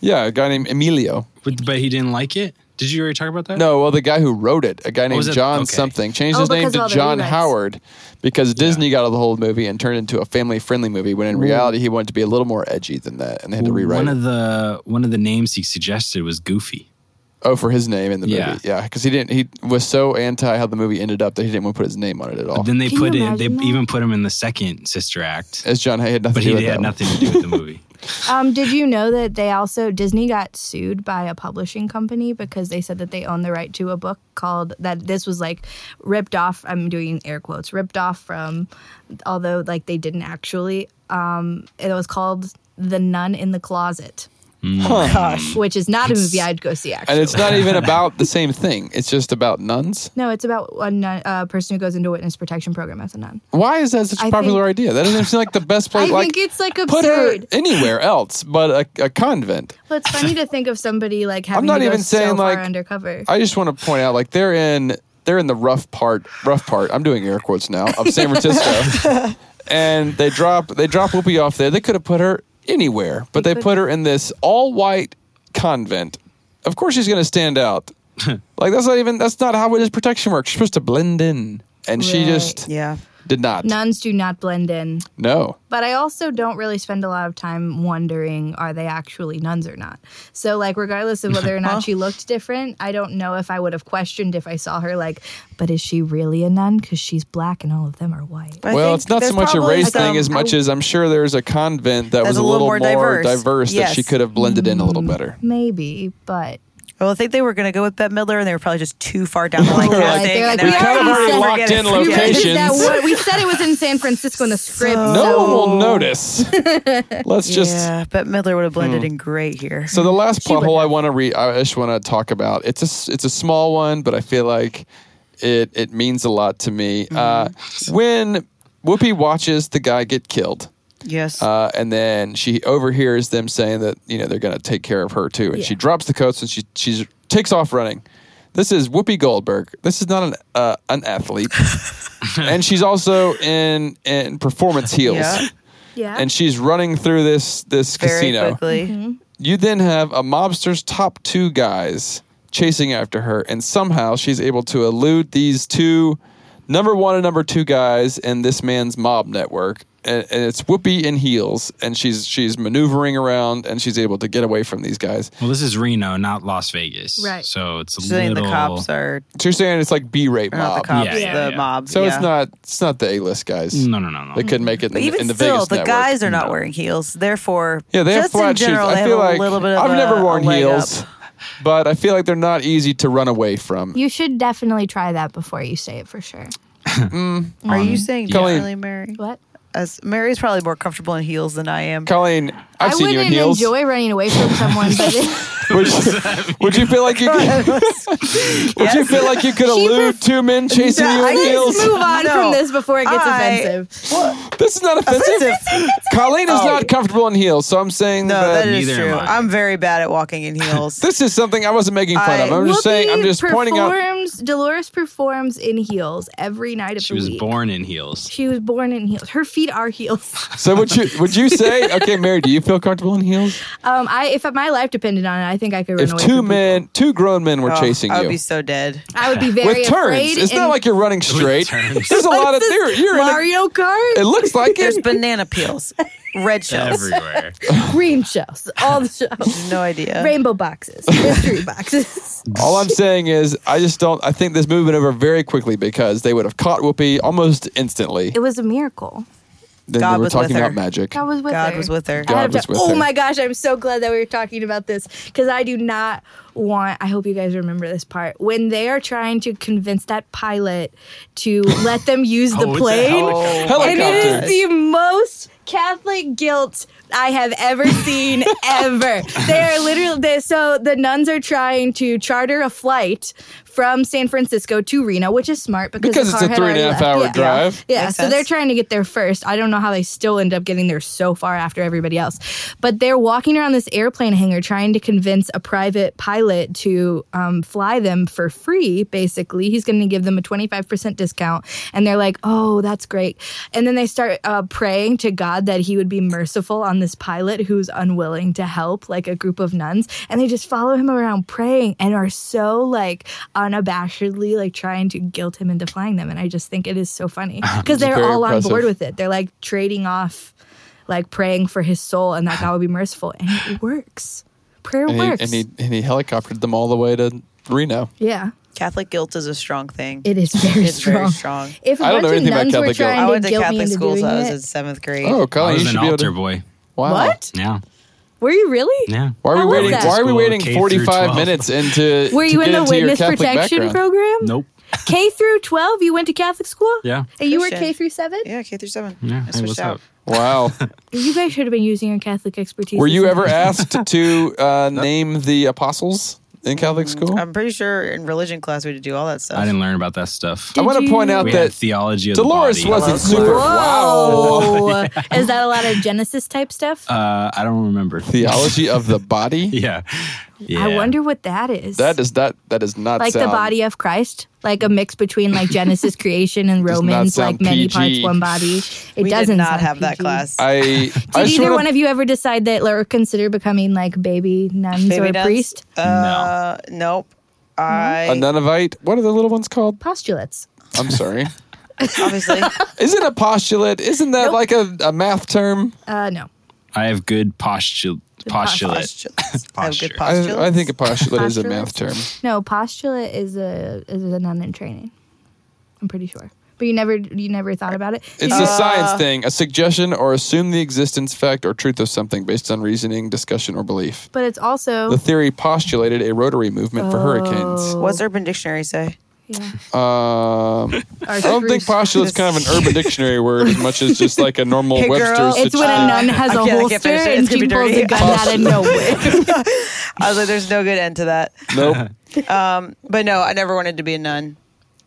Speaker 1: yeah, a guy named Emilio.
Speaker 3: But, but he didn't like it. Did you already talk about that?
Speaker 1: No, well, the guy who wrote it, a guy named
Speaker 3: was it?
Speaker 1: John
Speaker 3: Okay.
Speaker 1: something, changed
Speaker 2: Oh,
Speaker 1: his name
Speaker 2: because of
Speaker 1: to
Speaker 2: all the
Speaker 1: John
Speaker 2: rewrites.
Speaker 1: Howard because Disney got out of the whole movie and turned it into a family friendly movie when in reality he wanted to be a little more edgy than that and they had to rewrite
Speaker 3: One
Speaker 1: it.
Speaker 3: of the one of the names he suggested was Goofy.
Speaker 1: Oh, for his name in the
Speaker 3: Yeah.
Speaker 1: movie, yeah, because he didn't. He was so anti how the movie ended up that he didn't want to put his name on it at all.
Speaker 3: Then they
Speaker 2: Can
Speaker 3: put
Speaker 2: you
Speaker 3: in. They
Speaker 2: imagine that?
Speaker 3: even put him in the second sister act,
Speaker 1: As John Hay had nothing
Speaker 3: but
Speaker 1: to do
Speaker 3: he
Speaker 1: with
Speaker 3: had
Speaker 1: that one.
Speaker 3: nothing to do with the movie.
Speaker 2: Um, did you know that they also Disney got sued by a publishing company because they said that they own the right to a book called that this was like ripped off. I'm doing air quotes ripped off from, although like they didn't actually. Um, it was called The Nun in the Closet,
Speaker 4: oh gosh.
Speaker 2: which is not a movie I'd go see. Actually,
Speaker 1: Hmm. And it's not even about the same thing. It's just about nuns.
Speaker 2: no, it's about a nun, uh, person who goes into witness protection program as a nun.
Speaker 1: Why is that such a
Speaker 2: I
Speaker 1: popular
Speaker 2: think-
Speaker 1: idea? That doesn't seem like the best place.
Speaker 2: I
Speaker 1: like,
Speaker 2: think it's like
Speaker 1: put her
Speaker 2: absurd.
Speaker 1: anywhere else but a, a convent.
Speaker 2: Well, it's funny to think of somebody like having
Speaker 1: not
Speaker 2: to go
Speaker 1: even saying,
Speaker 2: so far
Speaker 1: like,
Speaker 2: undercover.
Speaker 1: I just want to point out, like they're in they're in the rough part, rough part. I'm doing air quotes now of San Francisco, and they drop they drop Whoopi off there. They could have put her anywhere, but
Speaker 2: They
Speaker 1: they,
Speaker 2: could.
Speaker 1: put her in this all white convent. Of course, she's going to stand out. like that's not even that's not how it is. Protection works. She's supposed to blend in, and she
Speaker 2: Right.
Speaker 1: just
Speaker 4: Yeah.
Speaker 1: did not.
Speaker 2: Nuns do not blend in.
Speaker 1: No,
Speaker 2: But I also don't really spend a lot of time wondering are they actually nuns or not. So like regardless of whether or not she looked different, I don't know if I would have questioned if I saw her like, but is she really a nun cuz she's black and all of them are white.
Speaker 4: But I
Speaker 1: well,
Speaker 4: think
Speaker 1: it's not so
Speaker 4: there's
Speaker 1: much a
Speaker 4: probably
Speaker 1: race
Speaker 4: some-
Speaker 1: thing as much as I'm sure there's a convent that
Speaker 4: That's
Speaker 1: was a little, more diverse, that
Speaker 4: Yes. Mm-hmm.
Speaker 1: she could have blended in a little better.
Speaker 2: Maybe, but
Speaker 4: Well, I think they were going to go with Bette Midler, and they were probably just too far down the line.
Speaker 1: They're like-
Speaker 4: casting,
Speaker 2: they're
Speaker 4: and
Speaker 2: like,
Speaker 4: they're
Speaker 2: we
Speaker 4: like,
Speaker 2: kind of already
Speaker 1: locked
Speaker 4: forget it.
Speaker 1: in
Speaker 4: Forget
Speaker 2: we,
Speaker 4: it.
Speaker 2: really did that
Speaker 1: Locations.
Speaker 2: one- we said it was in San Francisco in the script.
Speaker 1: No
Speaker 2: so
Speaker 1: one will notice. Let's just. Hmm.
Speaker 4: yeah, Bette Midler would have blended in great here.
Speaker 1: So the last plot
Speaker 2: would
Speaker 1: hole I want to read, I just want to talk about. It's a s- it's a small one, but I feel like it it means a lot to me.
Speaker 4: Mm-hmm.
Speaker 1: Uh, when Whoopi watches the guy get killed,
Speaker 4: yes.
Speaker 1: uh, and then she overhears them saying that you know they're going to take care of her too, and she
Speaker 2: Yeah.
Speaker 1: drops the coats and she she takes off running. This is Whoopi Goldberg. This is not an uh, an athlete, and she's also in in performance heels.
Speaker 4: Yeah.
Speaker 2: yeah.
Speaker 1: And she's running through this this
Speaker 4: Very
Speaker 1: casino.
Speaker 4: quickly.
Speaker 1: You then have a mobster's top two guys chasing after her, and somehow she's able to elude these two number one and number two guys in this man's mob network and, and it's Whoopi in heels, and she's she's maneuvering around, and she's able to get away from these guys.
Speaker 3: Well, this is Reno, not Las Vegas.
Speaker 2: Right.
Speaker 3: So it's a
Speaker 4: So then
Speaker 3: little.
Speaker 4: the cops are
Speaker 1: So you're saying it's like B-rate
Speaker 4: or not
Speaker 1: mob.
Speaker 4: the cops,
Speaker 3: Yeah,
Speaker 4: the
Speaker 3: yeah, yeah.
Speaker 4: mob.
Speaker 1: So
Speaker 4: yeah.
Speaker 1: it's not it's not the A-list guys.
Speaker 3: No, no, no, no.
Speaker 1: They couldn't make it
Speaker 4: But
Speaker 1: in,
Speaker 4: even
Speaker 1: in the
Speaker 4: still,
Speaker 1: Vegas
Speaker 4: the
Speaker 1: network.
Speaker 4: guys are not
Speaker 3: No.
Speaker 4: wearing heels. Therefore,
Speaker 1: Yeah, they have
Speaker 4: just in
Speaker 1: flat shoes.
Speaker 4: general, they
Speaker 1: I
Speaker 4: have
Speaker 1: feel
Speaker 4: a
Speaker 1: like
Speaker 4: little bit of
Speaker 1: I've
Speaker 4: a-
Speaker 1: never
Speaker 4: a
Speaker 1: worn
Speaker 4: leg
Speaker 1: heels,
Speaker 4: up.
Speaker 1: but I feel like they're not easy to run away from.
Speaker 2: You should definitely try that before you say it for sure.
Speaker 4: Are
Speaker 3: Um,
Speaker 4: you saying
Speaker 1: Colleen.
Speaker 4: definitely Mary?
Speaker 2: What?
Speaker 4: As Mary's probably more comfortable in heels than I am.
Speaker 1: Colleen, I've
Speaker 2: I
Speaker 1: seen you in
Speaker 2: wouldn't
Speaker 1: heels.
Speaker 2: enjoy running away from someone, but
Speaker 1: Would you, would you feel like you could, would you feel like you could elude two men chasing
Speaker 4: No,
Speaker 1: you
Speaker 4: I
Speaker 1: in
Speaker 4: didn't
Speaker 1: heels?
Speaker 2: let's move on
Speaker 4: No.
Speaker 2: from this before it gets
Speaker 4: I-
Speaker 2: offensive.
Speaker 1: This is not offensive.
Speaker 4: Offensive.
Speaker 1: Colleen is
Speaker 4: Oh.
Speaker 1: not comfortable in heels, so I'm saying
Speaker 4: No,
Speaker 1: that,
Speaker 4: that is
Speaker 3: Neither am
Speaker 4: true.
Speaker 3: I.
Speaker 4: I'm very bad at walking in heels.
Speaker 1: this is something I wasn't making fun
Speaker 4: I-
Speaker 1: of. I'm just saying. I'm
Speaker 2: Whoopi
Speaker 1: just pointing out.
Speaker 2: performs, Dolores performs in heels every night of
Speaker 3: She
Speaker 2: the
Speaker 3: was
Speaker 2: week.
Speaker 3: born in heels.
Speaker 2: She was born in heels. Her feet are heels.
Speaker 1: So would you would you say okay, Mary? Do you feel comfortable in heels?
Speaker 2: Um, I if my life depended on it, I think I could run
Speaker 1: If
Speaker 2: away.
Speaker 1: two
Speaker 2: from
Speaker 1: men, two grown men were
Speaker 4: Oh,
Speaker 1: chasing
Speaker 4: I would
Speaker 1: you,
Speaker 4: be so dead.
Speaker 2: people. I would be very
Speaker 1: with turns.
Speaker 2: afraid.
Speaker 1: It's not
Speaker 2: and-
Speaker 1: like you're running straight.
Speaker 3: turns.
Speaker 1: There's a lot of
Speaker 2: What's
Speaker 1: there.
Speaker 2: this,
Speaker 1: You're in
Speaker 2: Mario
Speaker 1: a, It
Speaker 2: Kart,
Speaker 1: looks like
Speaker 4: There's
Speaker 1: it.
Speaker 4: banana peels, red shells.
Speaker 3: Everywhere.
Speaker 2: green shells, all the shells,
Speaker 4: No idea.
Speaker 2: rainbow boxes, mystery boxes.
Speaker 1: All I'm saying is, I just don't. I think this movement over very quickly because they would have caught Whoopi almost instantly.
Speaker 2: It was a miracle.
Speaker 1: Then
Speaker 4: God
Speaker 1: we were
Speaker 4: was with
Speaker 1: talking about
Speaker 4: her.
Speaker 1: magic.
Speaker 2: God was with her.
Speaker 4: God was with her.
Speaker 2: I
Speaker 1: God
Speaker 2: have
Speaker 1: was
Speaker 2: to-
Speaker 1: with
Speaker 2: oh
Speaker 1: her.
Speaker 2: my gosh, I'm so glad that we were talking about this because I do not want. I hope you guys remember this part when they are trying to convince that pilot to let them use the
Speaker 3: Oh, it's a
Speaker 2: plane.
Speaker 4: Oh,
Speaker 2: And it
Speaker 1: Helicopter.
Speaker 2: is the most Catholic guilt I have ever seen ever. They are literally they, so the nuns are trying to charter a flight from San Francisco to Reno, which is smart because,
Speaker 1: Because
Speaker 2: the
Speaker 1: it's a
Speaker 2: car had
Speaker 1: three and a
Speaker 2: already
Speaker 1: half
Speaker 2: left.
Speaker 1: hour
Speaker 2: Yeah.
Speaker 1: drive.
Speaker 2: Yeah,
Speaker 4: Makes
Speaker 2: so
Speaker 4: sense.
Speaker 2: they're trying to get there first. I don't know how they still end up getting there so far after everybody else. But they're walking around this airplane hangar trying to convince a private pilot to um, fly them for free, basically. He's going to give them a 25% discount. And they're like, oh, that's great. And then they start uh, praying to God that he would be merciful on this pilot who's unwilling to help, like a group of nuns. And they just follow him around praying and are so like unabashedly like trying to guilt him into flying them. And I just think it is so funny because they're
Speaker 1: very
Speaker 2: all
Speaker 1: impressive.
Speaker 2: on board with it. They're like trading off, like praying for his soul and that God would be merciful. And it works. Prayer
Speaker 1: and, he,
Speaker 2: works.
Speaker 1: and he and he helicoptered them all the way to Reno.
Speaker 2: yeah.
Speaker 4: Catholic guilt is a strong thing.
Speaker 2: It is very
Speaker 4: It's
Speaker 2: strong.
Speaker 4: very strong.
Speaker 2: If a
Speaker 1: I don't
Speaker 2: bunch
Speaker 1: know
Speaker 2: of
Speaker 1: anything about
Speaker 2: nuns were
Speaker 1: Catholic guilt.
Speaker 2: trying
Speaker 4: I
Speaker 2: to
Speaker 4: went to
Speaker 2: guilt me
Speaker 4: Catholic
Speaker 2: into
Speaker 4: school
Speaker 2: doing
Speaker 4: till I was in
Speaker 2: it,
Speaker 4: seventh grade.
Speaker 1: Oh,
Speaker 3: I
Speaker 1: Colleen, you
Speaker 3: was
Speaker 1: should
Speaker 3: an
Speaker 1: be able
Speaker 3: altar
Speaker 1: to.
Speaker 3: boy.
Speaker 1: Wow.
Speaker 2: what?
Speaker 3: Yeah.
Speaker 2: Were you really?
Speaker 3: Yeah.
Speaker 1: Why
Speaker 2: How
Speaker 1: are we
Speaker 2: was
Speaker 1: waiting?
Speaker 2: that?
Speaker 1: Why are we
Speaker 3: School,
Speaker 1: waiting
Speaker 3: K through
Speaker 1: 45
Speaker 3: 12.
Speaker 1: minutes into?
Speaker 2: Were
Speaker 1: to
Speaker 2: you
Speaker 1: get
Speaker 2: in the
Speaker 1: into your
Speaker 2: witness
Speaker 1: Catholic
Speaker 2: protection
Speaker 1: background?
Speaker 2: program?
Speaker 3: Nope.
Speaker 2: K through 12, you went to Catholic school?
Speaker 3: Yeah.
Speaker 2: And you were
Speaker 4: Christian.
Speaker 2: K through 7?
Speaker 4: Yeah, K through seven.
Speaker 3: Yeah.
Speaker 4: I
Speaker 3: Hey,
Speaker 4: switched
Speaker 3: what's
Speaker 4: out.
Speaker 3: up?
Speaker 1: Wow.
Speaker 2: You guys should have been using your Catholic expertise.
Speaker 1: Were you
Speaker 2: this
Speaker 1: ever asked to uh, name the apostles in
Speaker 2: Mm,
Speaker 1: Catholic
Speaker 2: um,
Speaker 1: school?
Speaker 4: I'm pretty sure in religion class we had to do all that stuff.
Speaker 3: I didn't learn about that stuff.
Speaker 1: I want to
Speaker 2: Did
Speaker 1: point
Speaker 2: you-
Speaker 1: out
Speaker 3: We
Speaker 1: that
Speaker 3: had theology of
Speaker 1: Dolores
Speaker 3: the body.
Speaker 1: wasn't super. Wow.
Speaker 2: Whoa. Is that a lot of Genesis type stuff?
Speaker 3: Uh, I don't remember.
Speaker 1: Theology of the body.
Speaker 3: yeah. yeah.
Speaker 2: I wonder what that is.
Speaker 1: That does not. That does not
Speaker 2: like
Speaker 1: sound-
Speaker 2: the body of Christ, like a mix between like Genesis creation and
Speaker 1: Does not
Speaker 2: Romans,
Speaker 1: Mm. sound
Speaker 2: like many
Speaker 1: PG.
Speaker 2: parts, one body. It
Speaker 4: we
Speaker 2: doesn't
Speaker 4: did not
Speaker 2: sound
Speaker 4: have that
Speaker 2: PG.
Speaker 4: class.
Speaker 1: I. I
Speaker 2: Did
Speaker 1: just
Speaker 2: either
Speaker 1: wanna-
Speaker 2: one of you ever decide that or consider becoming like baby nuns or
Speaker 4: Baby
Speaker 2: a
Speaker 4: nuns?
Speaker 2: priest?
Speaker 4: Uh, Nope. I
Speaker 1: a nunavite. What are the little ones called?
Speaker 2: Postulates.
Speaker 1: I'm sorry.
Speaker 4: obviously
Speaker 1: Isn't a postulate? Isn't that like a, a math term?
Speaker 2: Uh, no.
Speaker 3: I have good postu- postulate.
Speaker 4: postulates. I have good
Speaker 3: Posture.
Speaker 1: I,
Speaker 4: postulates.
Speaker 1: I think a postulate is a math term.
Speaker 2: Postulates? No, postulate is a is a nun in training. I'm pretty sure. But you never you never thought about it. Uh, Did
Speaker 1: It's
Speaker 2: you-
Speaker 1: a science thing, a suggestion or assume the existence, fact, or truth of something based on reasoning, discussion, or belief.
Speaker 2: but it's also
Speaker 1: The theory postulated a rotary movement for hurricanes.
Speaker 4: What's Urban Dictionary say?
Speaker 2: yeah.
Speaker 1: Um, I don't think
Speaker 2: Archery-
Speaker 1: postulate's kind of an urban dictionary word as much as just like a normal
Speaker 4: Hey, girl.
Speaker 1: Webster's.
Speaker 2: It's when
Speaker 1: situation.
Speaker 2: a nun has
Speaker 4: I
Speaker 2: a
Speaker 4: can't- I can't
Speaker 2: holster
Speaker 4: finish it. It's
Speaker 2: and
Speaker 4: gonna
Speaker 2: she
Speaker 4: be
Speaker 2: pulls
Speaker 4: dirty.
Speaker 2: a gun out of nowhere.
Speaker 4: I was like, there's no good end to that.
Speaker 1: Nope.
Speaker 4: But no, I never wanted to be a nun.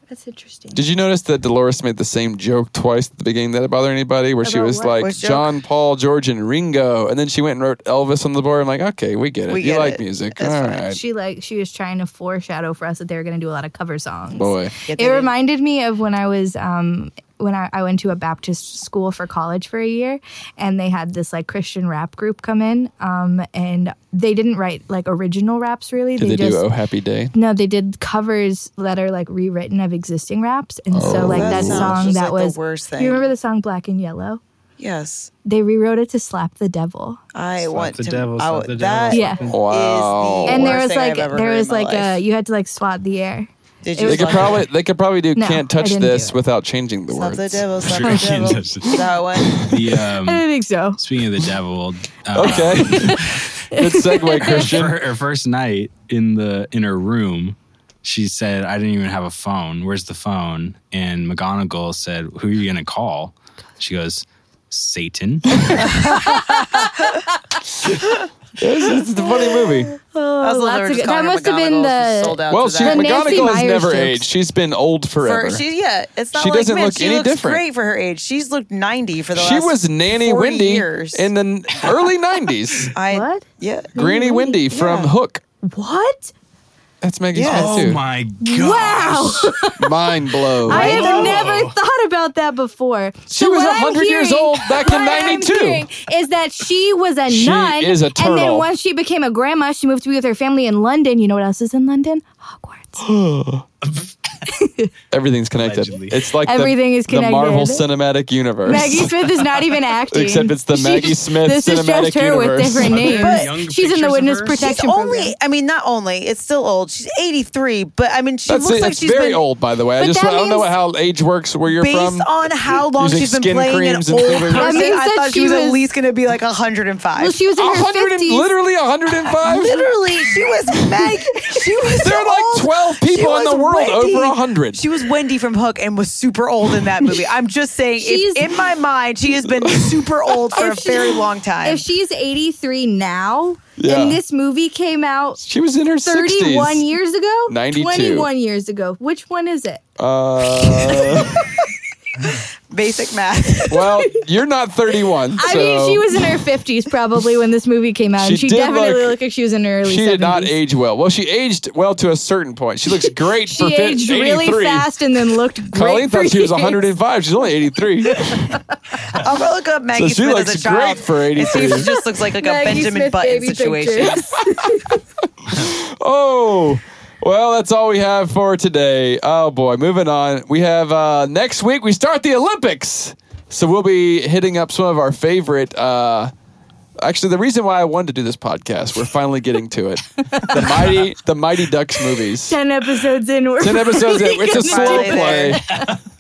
Speaker 2: That's interesting.
Speaker 1: Did you notice that Dolores made the same joke twice at the beginning? Did that bother anybody? Where she
Speaker 2: About
Speaker 1: was
Speaker 2: what?
Speaker 1: like
Speaker 4: Which joke?
Speaker 1: John, Paul, George, and Ringo, and then she went and wrote Elvis on the board. I'm like, okay, we get it.
Speaker 4: We
Speaker 1: you
Speaker 4: get
Speaker 1: like
Speaker 4: it.
Speaker 1: music,
Speaker 4: That's
Speaker 1: all
Speaker 4: fine.
Speaker 1: right,
Speaker 2: She like she was trying to foreshadow for us that they were going to do a lot of cover songs.
Speaker 1: boy.
Speaker 4: Yeah, they
Speaker 2: It
Speaker 4: did.
Speaker 2: reminded me of when I was um when I, I went to a Baptist school for college for a year and they had this like Christian rap group come in. Um and they didn't write like original raps really.
Speaker 1: Did they,
Speaker 2: just
Speaker 1: do Oh Happy Day?
Speaker 2: No, they did covers that are like rewritten of existing raps. And so like
Speaker 1: Oh.
Speaker 2: that,
Speaker 4: That sounds
Speaker 2: song
Speaker 4: just
Speaker 2: that
Speaker 4: like the
Speaker 2: was
Speaker 4: worst
Speaker 2: You
Speaker 4: thing.
Speaker 2: remember the song Black and Yellow?
Speaker 4: Yes,
Speaker 2: They rewrote it to slap the devil.
Speaker 4: I
Speaker 3: Slap
Speaker 4: want
Speaker 3: the
Speaker 4: to.
Speaker 3: devil, slap
Speaker 4: I,
Speaker 3: the devil,
Speaker 4: that
Speaker 2: slap
Speaker 4: is
Speaker 2: the
Speaker 4: the
Speaker 1: Wow.
Speaker 2: And there
Speaker 4: worst
Speaker 2: was
Speaker 4: thing
Speaker 2: like
Speaker 4: I've ever
Speaker 2: there
Speaker 4: heard in
Speaker 2: was
Speaker 4: my
Speaker 2: like a
Speaker 4: life.
Speaker 2: you had to like swat the air.
Speaker 4: Did
Speaker 2: it
Speaker 4: you
Speaker 1: They
Speaker 2: was
Speaker 1: could
Speaker 4: slap
Speaker 1: probably they could probably do
Speaker 2: No,
Speaker 1: can't
Speaker 2: I
Speaker 1: touch
Speaker 2: didn't do
Speaker 1: this
Speaker 2: it.
Speaker 1: without changing the
Speaker 4: slap the
Speaker 1: words.
Speaker 4: devil? Slap
Speaker 3: Sure,
Speaker 4: the
Speaker 3: I can't
Speaker 4: devil.
Speaker 3: touch
Speaker 4: Is
Speaker 3: it.
Speaker 4: that one?
Speaker 3: The
Speaker 2: I
Speaker 3: um,
Speaker 2: didn't think so.
Speaker 3: speaking of the devil, uh,
Speaker 1: Okay, good segue, Christian.
Speaker 3: Her, her first night in the in her room, she said, "I didn't even have a phone. Where's the phone?" And McGonagall said, "Who are you gonna call?" She goes, "Satan."
Speaker 1: This is a funny movie.
Speaker 4: I was
Speaker 2: Oh,
Speaker 4: the one that
Speaker 2: lots
Speaker 4: were
Speaker 2: of
Speaker 4: just
Speaker 2: good.
Speaker 4: calling
Speaker 2: That
Speaker 4: her
Speaker 2: must have been
Speaker 4: McGonagall. She's
Speaker 2: the
Speaker 4: sold out
Speaker 1: Well,
Speaker 4: to
Speaker 1: she
Speaker 4: that.
Speaker 2: The Nancy
Speaker 1: McGonagall's
Speaker 2: Myers
Speaker 1: never
Speaker 2: jokes.
Speaker 1: aged. She's been old forever.
Speaker 4: For, she, yeah, it's not
Speaker 1: She
Speaker 4: like
Speaker 1: doesn't
Speaker 4: man,
Speaker 1: look
Speaker 4: she
Speaker 1: any
Speaker 4: looks
Speaker 1: different.
Speaker 4: great for her age. She's looked ninety for the
Speaker 1: She
Speaker 4: last.
Speaker 1: was Nanny
Speaker 4: 40
Speaker 1: Wendy
Speaker 4: years.
Speaker 1: in the n- early '90s.
Speaker 4: I,
Speaker 2: What?
Speaker 4: Yeah,
Speaker 1: Granny Wendy from
Speaker 4: Yeah.
Speaker 1: Hook.
Speaker 2: what?
Speaker 1: That's Maggie's
Speaker 4: Yes.
Speaker 1: mom
Speaker 3: oh
Speaker 1: too.
Speaker 3: my god!
Speaker 2: Wow.
Speaker 1: Mind blown.
Speaker 2: I have
Speaker 4: Whoa.
Speaker 2: never thought about that before.
Speaker 1: She
Speaker 2: So
Speaker 1: was
Speaker 2: what I'm
Speaker 1: 100 years
Speaker 2: hearing-
Speaker 1: old back in
Speaker 2: what I'm
Speaker 1: 92.
Speaker 2: hearing Is that she was a
Speaker 1: She
Speaker 2: nun?
Speaker 1: is a
Speaker 2: And then
Speaker 1: turtle.
Speaker 2: once she became a grandma, she moved to be with her family in London. You know what else is in London? Hogwarts.
Speaker 1: Everything's connected.
Speaker 3: Allegedly.
Speaker 1: It's like
Speaker 2: Everything
Speaker 1: the,
Speaker 2: is
Speaker 1: the Marvel
Speaker 2: connected.
Speaker 1: Cinematic Universe.
Speaker 2: Maggie Smith is not even acting.
Speaker 1: Except it's the
Speaker 2: She's
Speaker 1: Maggie
Speaker 2: just-
Speaker 1: Smith
Speaker 2: This is
Speaker 1: cinematic
Speaker 2: just her
Speaker 1: universe.
Speaker 2: with different
Speaker 3: Are there
Speaker 2: names.
Speaker 3: young
Speaker 2: she's in
Speaker 3: pictures
Speaker 2: the
Speaker 3: of
Speaker 2: witness
Speaker 3: her?
Speaker 2: protection
Speaker 4: She's only,
Speaker 2: program.
Speaker 4: I mean, not only, it's still old. She's 83, but I mean, she
Speaker 1: That's,
Speaker 4: looks
Speaker 1: it.
Speaker 4: like
Speaker 1: That's
Speaker 4: she's
Speaker 1: very
Speaker 4: been
Speaker 1: old, by the way. I
Speaker 2: But
Speaker 1: just
Speaker 2: that
Speaker 1: I don't know
Speaker 2: means-
Speaker 1: how age works where you're
Speaker 4: based
Speaker 1: from.
Speaker 4: on how long
Speaker 1: using
Speaker 4: she's been
Speaker 1: skin
Speaker 4: playing an
Speaker 1: creams and
Speaker 4: old
Speaker 1: things like
Speaker 4: person.
Speaker 1: that.
Speaker 2: That means
Speaker 4: I
Speaker 2: that
Speaker 4: thought she
Speaker 2: she
Speaker 4: was, at
Speaker 2: was-
Speaker 4: least going to be like 105.
Speaker 2: Well, she was in her
Speaker 1: 100 and,
Speaker 2: 50s.
Speaker 1: literally 105.
Speaker 4: Literally, she was Meg. She was.
Speaker 1: There are like
Speaker 4: old.
Speaker 1: 12
Speaker 4: She
Speaker 1: people in
Speaker 4: was
Speaker 1: the world
Speaker 4: Wendy.
Speaker 1: over 100.
Speaker 4: She was Wendy from Hook and was super old in that movie. I'm just saying, if-
Speaker 2: She's-
Speaker 4: in my mind, she has been super old for a
Speaker 2: If she-
Speaker 4: very long time.
Speaker 2: If she's 83 now,
Speaker 1: Yeah.
Speaker 2: and this movie came out
Speaker 1: She was in her
Speaker 2: 31
Speaker 1: 60s.
Speaker 2: years ago?
Speaker 1: 92.
Speaker 2: 21 years ago. Which one is it?
Speaker 1: Uh,
Speaker 4: Basic math.
Speaker 1: well, you're not 31.
Speaker 2: I
Speaker 1: so
Speaker 2: mean, she was in her 50s probably when this movie came out. and
Speaker 1: She
Speaker 2: she
Speaker 1: did
Speaker 2: definitely
Speaker 1: look-
Speaker 2: looked like she was in her early
Speaker 1: She
Speaker 2: 70s.
Speaker 1: did not age well. Well, she aged well to a certain point. She looks great
Speaker 2: She
Speaker 1: for fif-
Speaker 2: aged really
Speaker 1: 83.
Speaker 2: fast and then looked great.
Speaker 1: Colleen
Speaker 2: for
Speaker 1: thought she was
Speaker 2: years.
Speaker 1: 105. She's only 83.
Speaker 4: I'm gonna look up Maggie
Speaker 1: she
Speaker 4: Smith
Speaker 1: looks
Speaker 4: as a child.
Speaker 1: great for
Speaker 4: and see
Speaker 1: 83.
Speaker 4: if She just looks like, like a
Speaker 2: Maggie
Speaker 4: Benjamin
Speaker 2: Smith
Speaker 4: Button
Speaker 2: baby
Speaker 4: situation.
Speaker 2: pictures.
Speaker 1: Oh, well, that's all we have for today. Oh boy, moving on. We have uh, next week. We start the Olympics, so we'll be hitting up some of our favorite. Uh, actually, the reason why I wanted to do this podcast, we're finally getting to it. The mighty, the Mighty Ducks movies.
Speaker 2: 10 episodes in. We're
Speaker 1: Ten episodes. in. It's a
Speaker 2: gonna
Speaker 1: slow
Speaker 4: do it.
Speaker 1: play.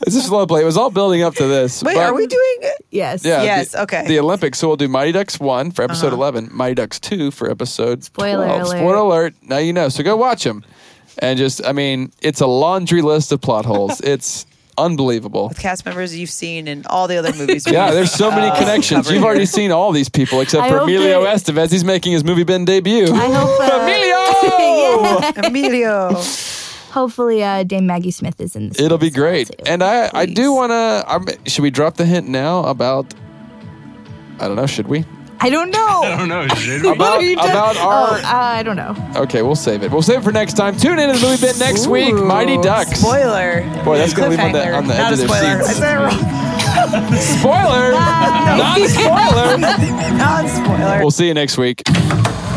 Speaker 1: It's a slow play. It was all building up to this.
Speaker 4: Wait,
Speaker 1: but-
Speaker 4: are we doing? uh,
Speaker 2: Yes.
Speaker 1: Yeah.
Speaker 4: Yes,
Speaker 1: the-
Speaker 4: okay. Uh-huh.
Speaker 1: The Olympics. So we'll do Mighty Ducks one for episode eleven, Mighty Ducks two for episode
Speaker 2: Spoiler
Speaker 1: 12.
Speaker 2: alert.
Speaker 1: Spoiler alert. Now you know. So go watch them, and just I mean, it's a laundry list of plot holes. it's unbelievable.
Speaker 4: cast members you've seen in all the other movies.
Speaker 1: Yeah, there's so many
Speaker 4: Uh,
Speaker 1: connections.
Speaker 4: cover
Speaker 1: You've
Speaker 4: here.
Speaker 1: already seen all these people except
Speaker 2: I
Speaker 1: for
Speaker 2: hope
Speaker 1: Emilio
Speaker 2: that-
Speaker 1: Estevez. He's making his movie Ben debut.
Speaker 2: I hope. Uh,
Speaker 1: Emilio!
Speaker 4: Emilio.
Speaker 2: Hopefully, uh, Dame Maggie Smith is in this.
Speaker 1: It'll
Speaker 2: one
Speaker 1: be
Speaker 2: as well,
Speaker 1: great.
Speaker 2: too.
Speaker 1: And I, I do
Speaker 2: Please.
Speaker 1: want to. Should we drop the hint now about? I don't know. Should we?
Speaker 2: I don't
Speaker 3: I
Speaker 2: know.
Speaker 3: don't know. Should we?
Speaker 1: About, about
Speaker 2: Oh,
Speaker 1: our
Speaker 2: uh, I don't know.
Speaker 1: Okay, we'll save it. We'll save it for next time. Tune in to the movie bit next week.
Speaker 4: Ooh,
Speaker 1: Mighty Ducks.
Speaker 4: Spoiler.
Speaker 1: Boy, that's gonna leave on the- on the edge
Speaker 4: Cliffhanger. Not
Speaker 1: of
Speaker 4: a
Speaker 1: their
Speaker 4: spoiler.
Speaker 1: seats.
Speaker 4: I said it wrong.
Speaker 1: Spoiler. Not spoiler.
Speaker 4: Not a spoiler.
Speaker 1: we'll see you next week.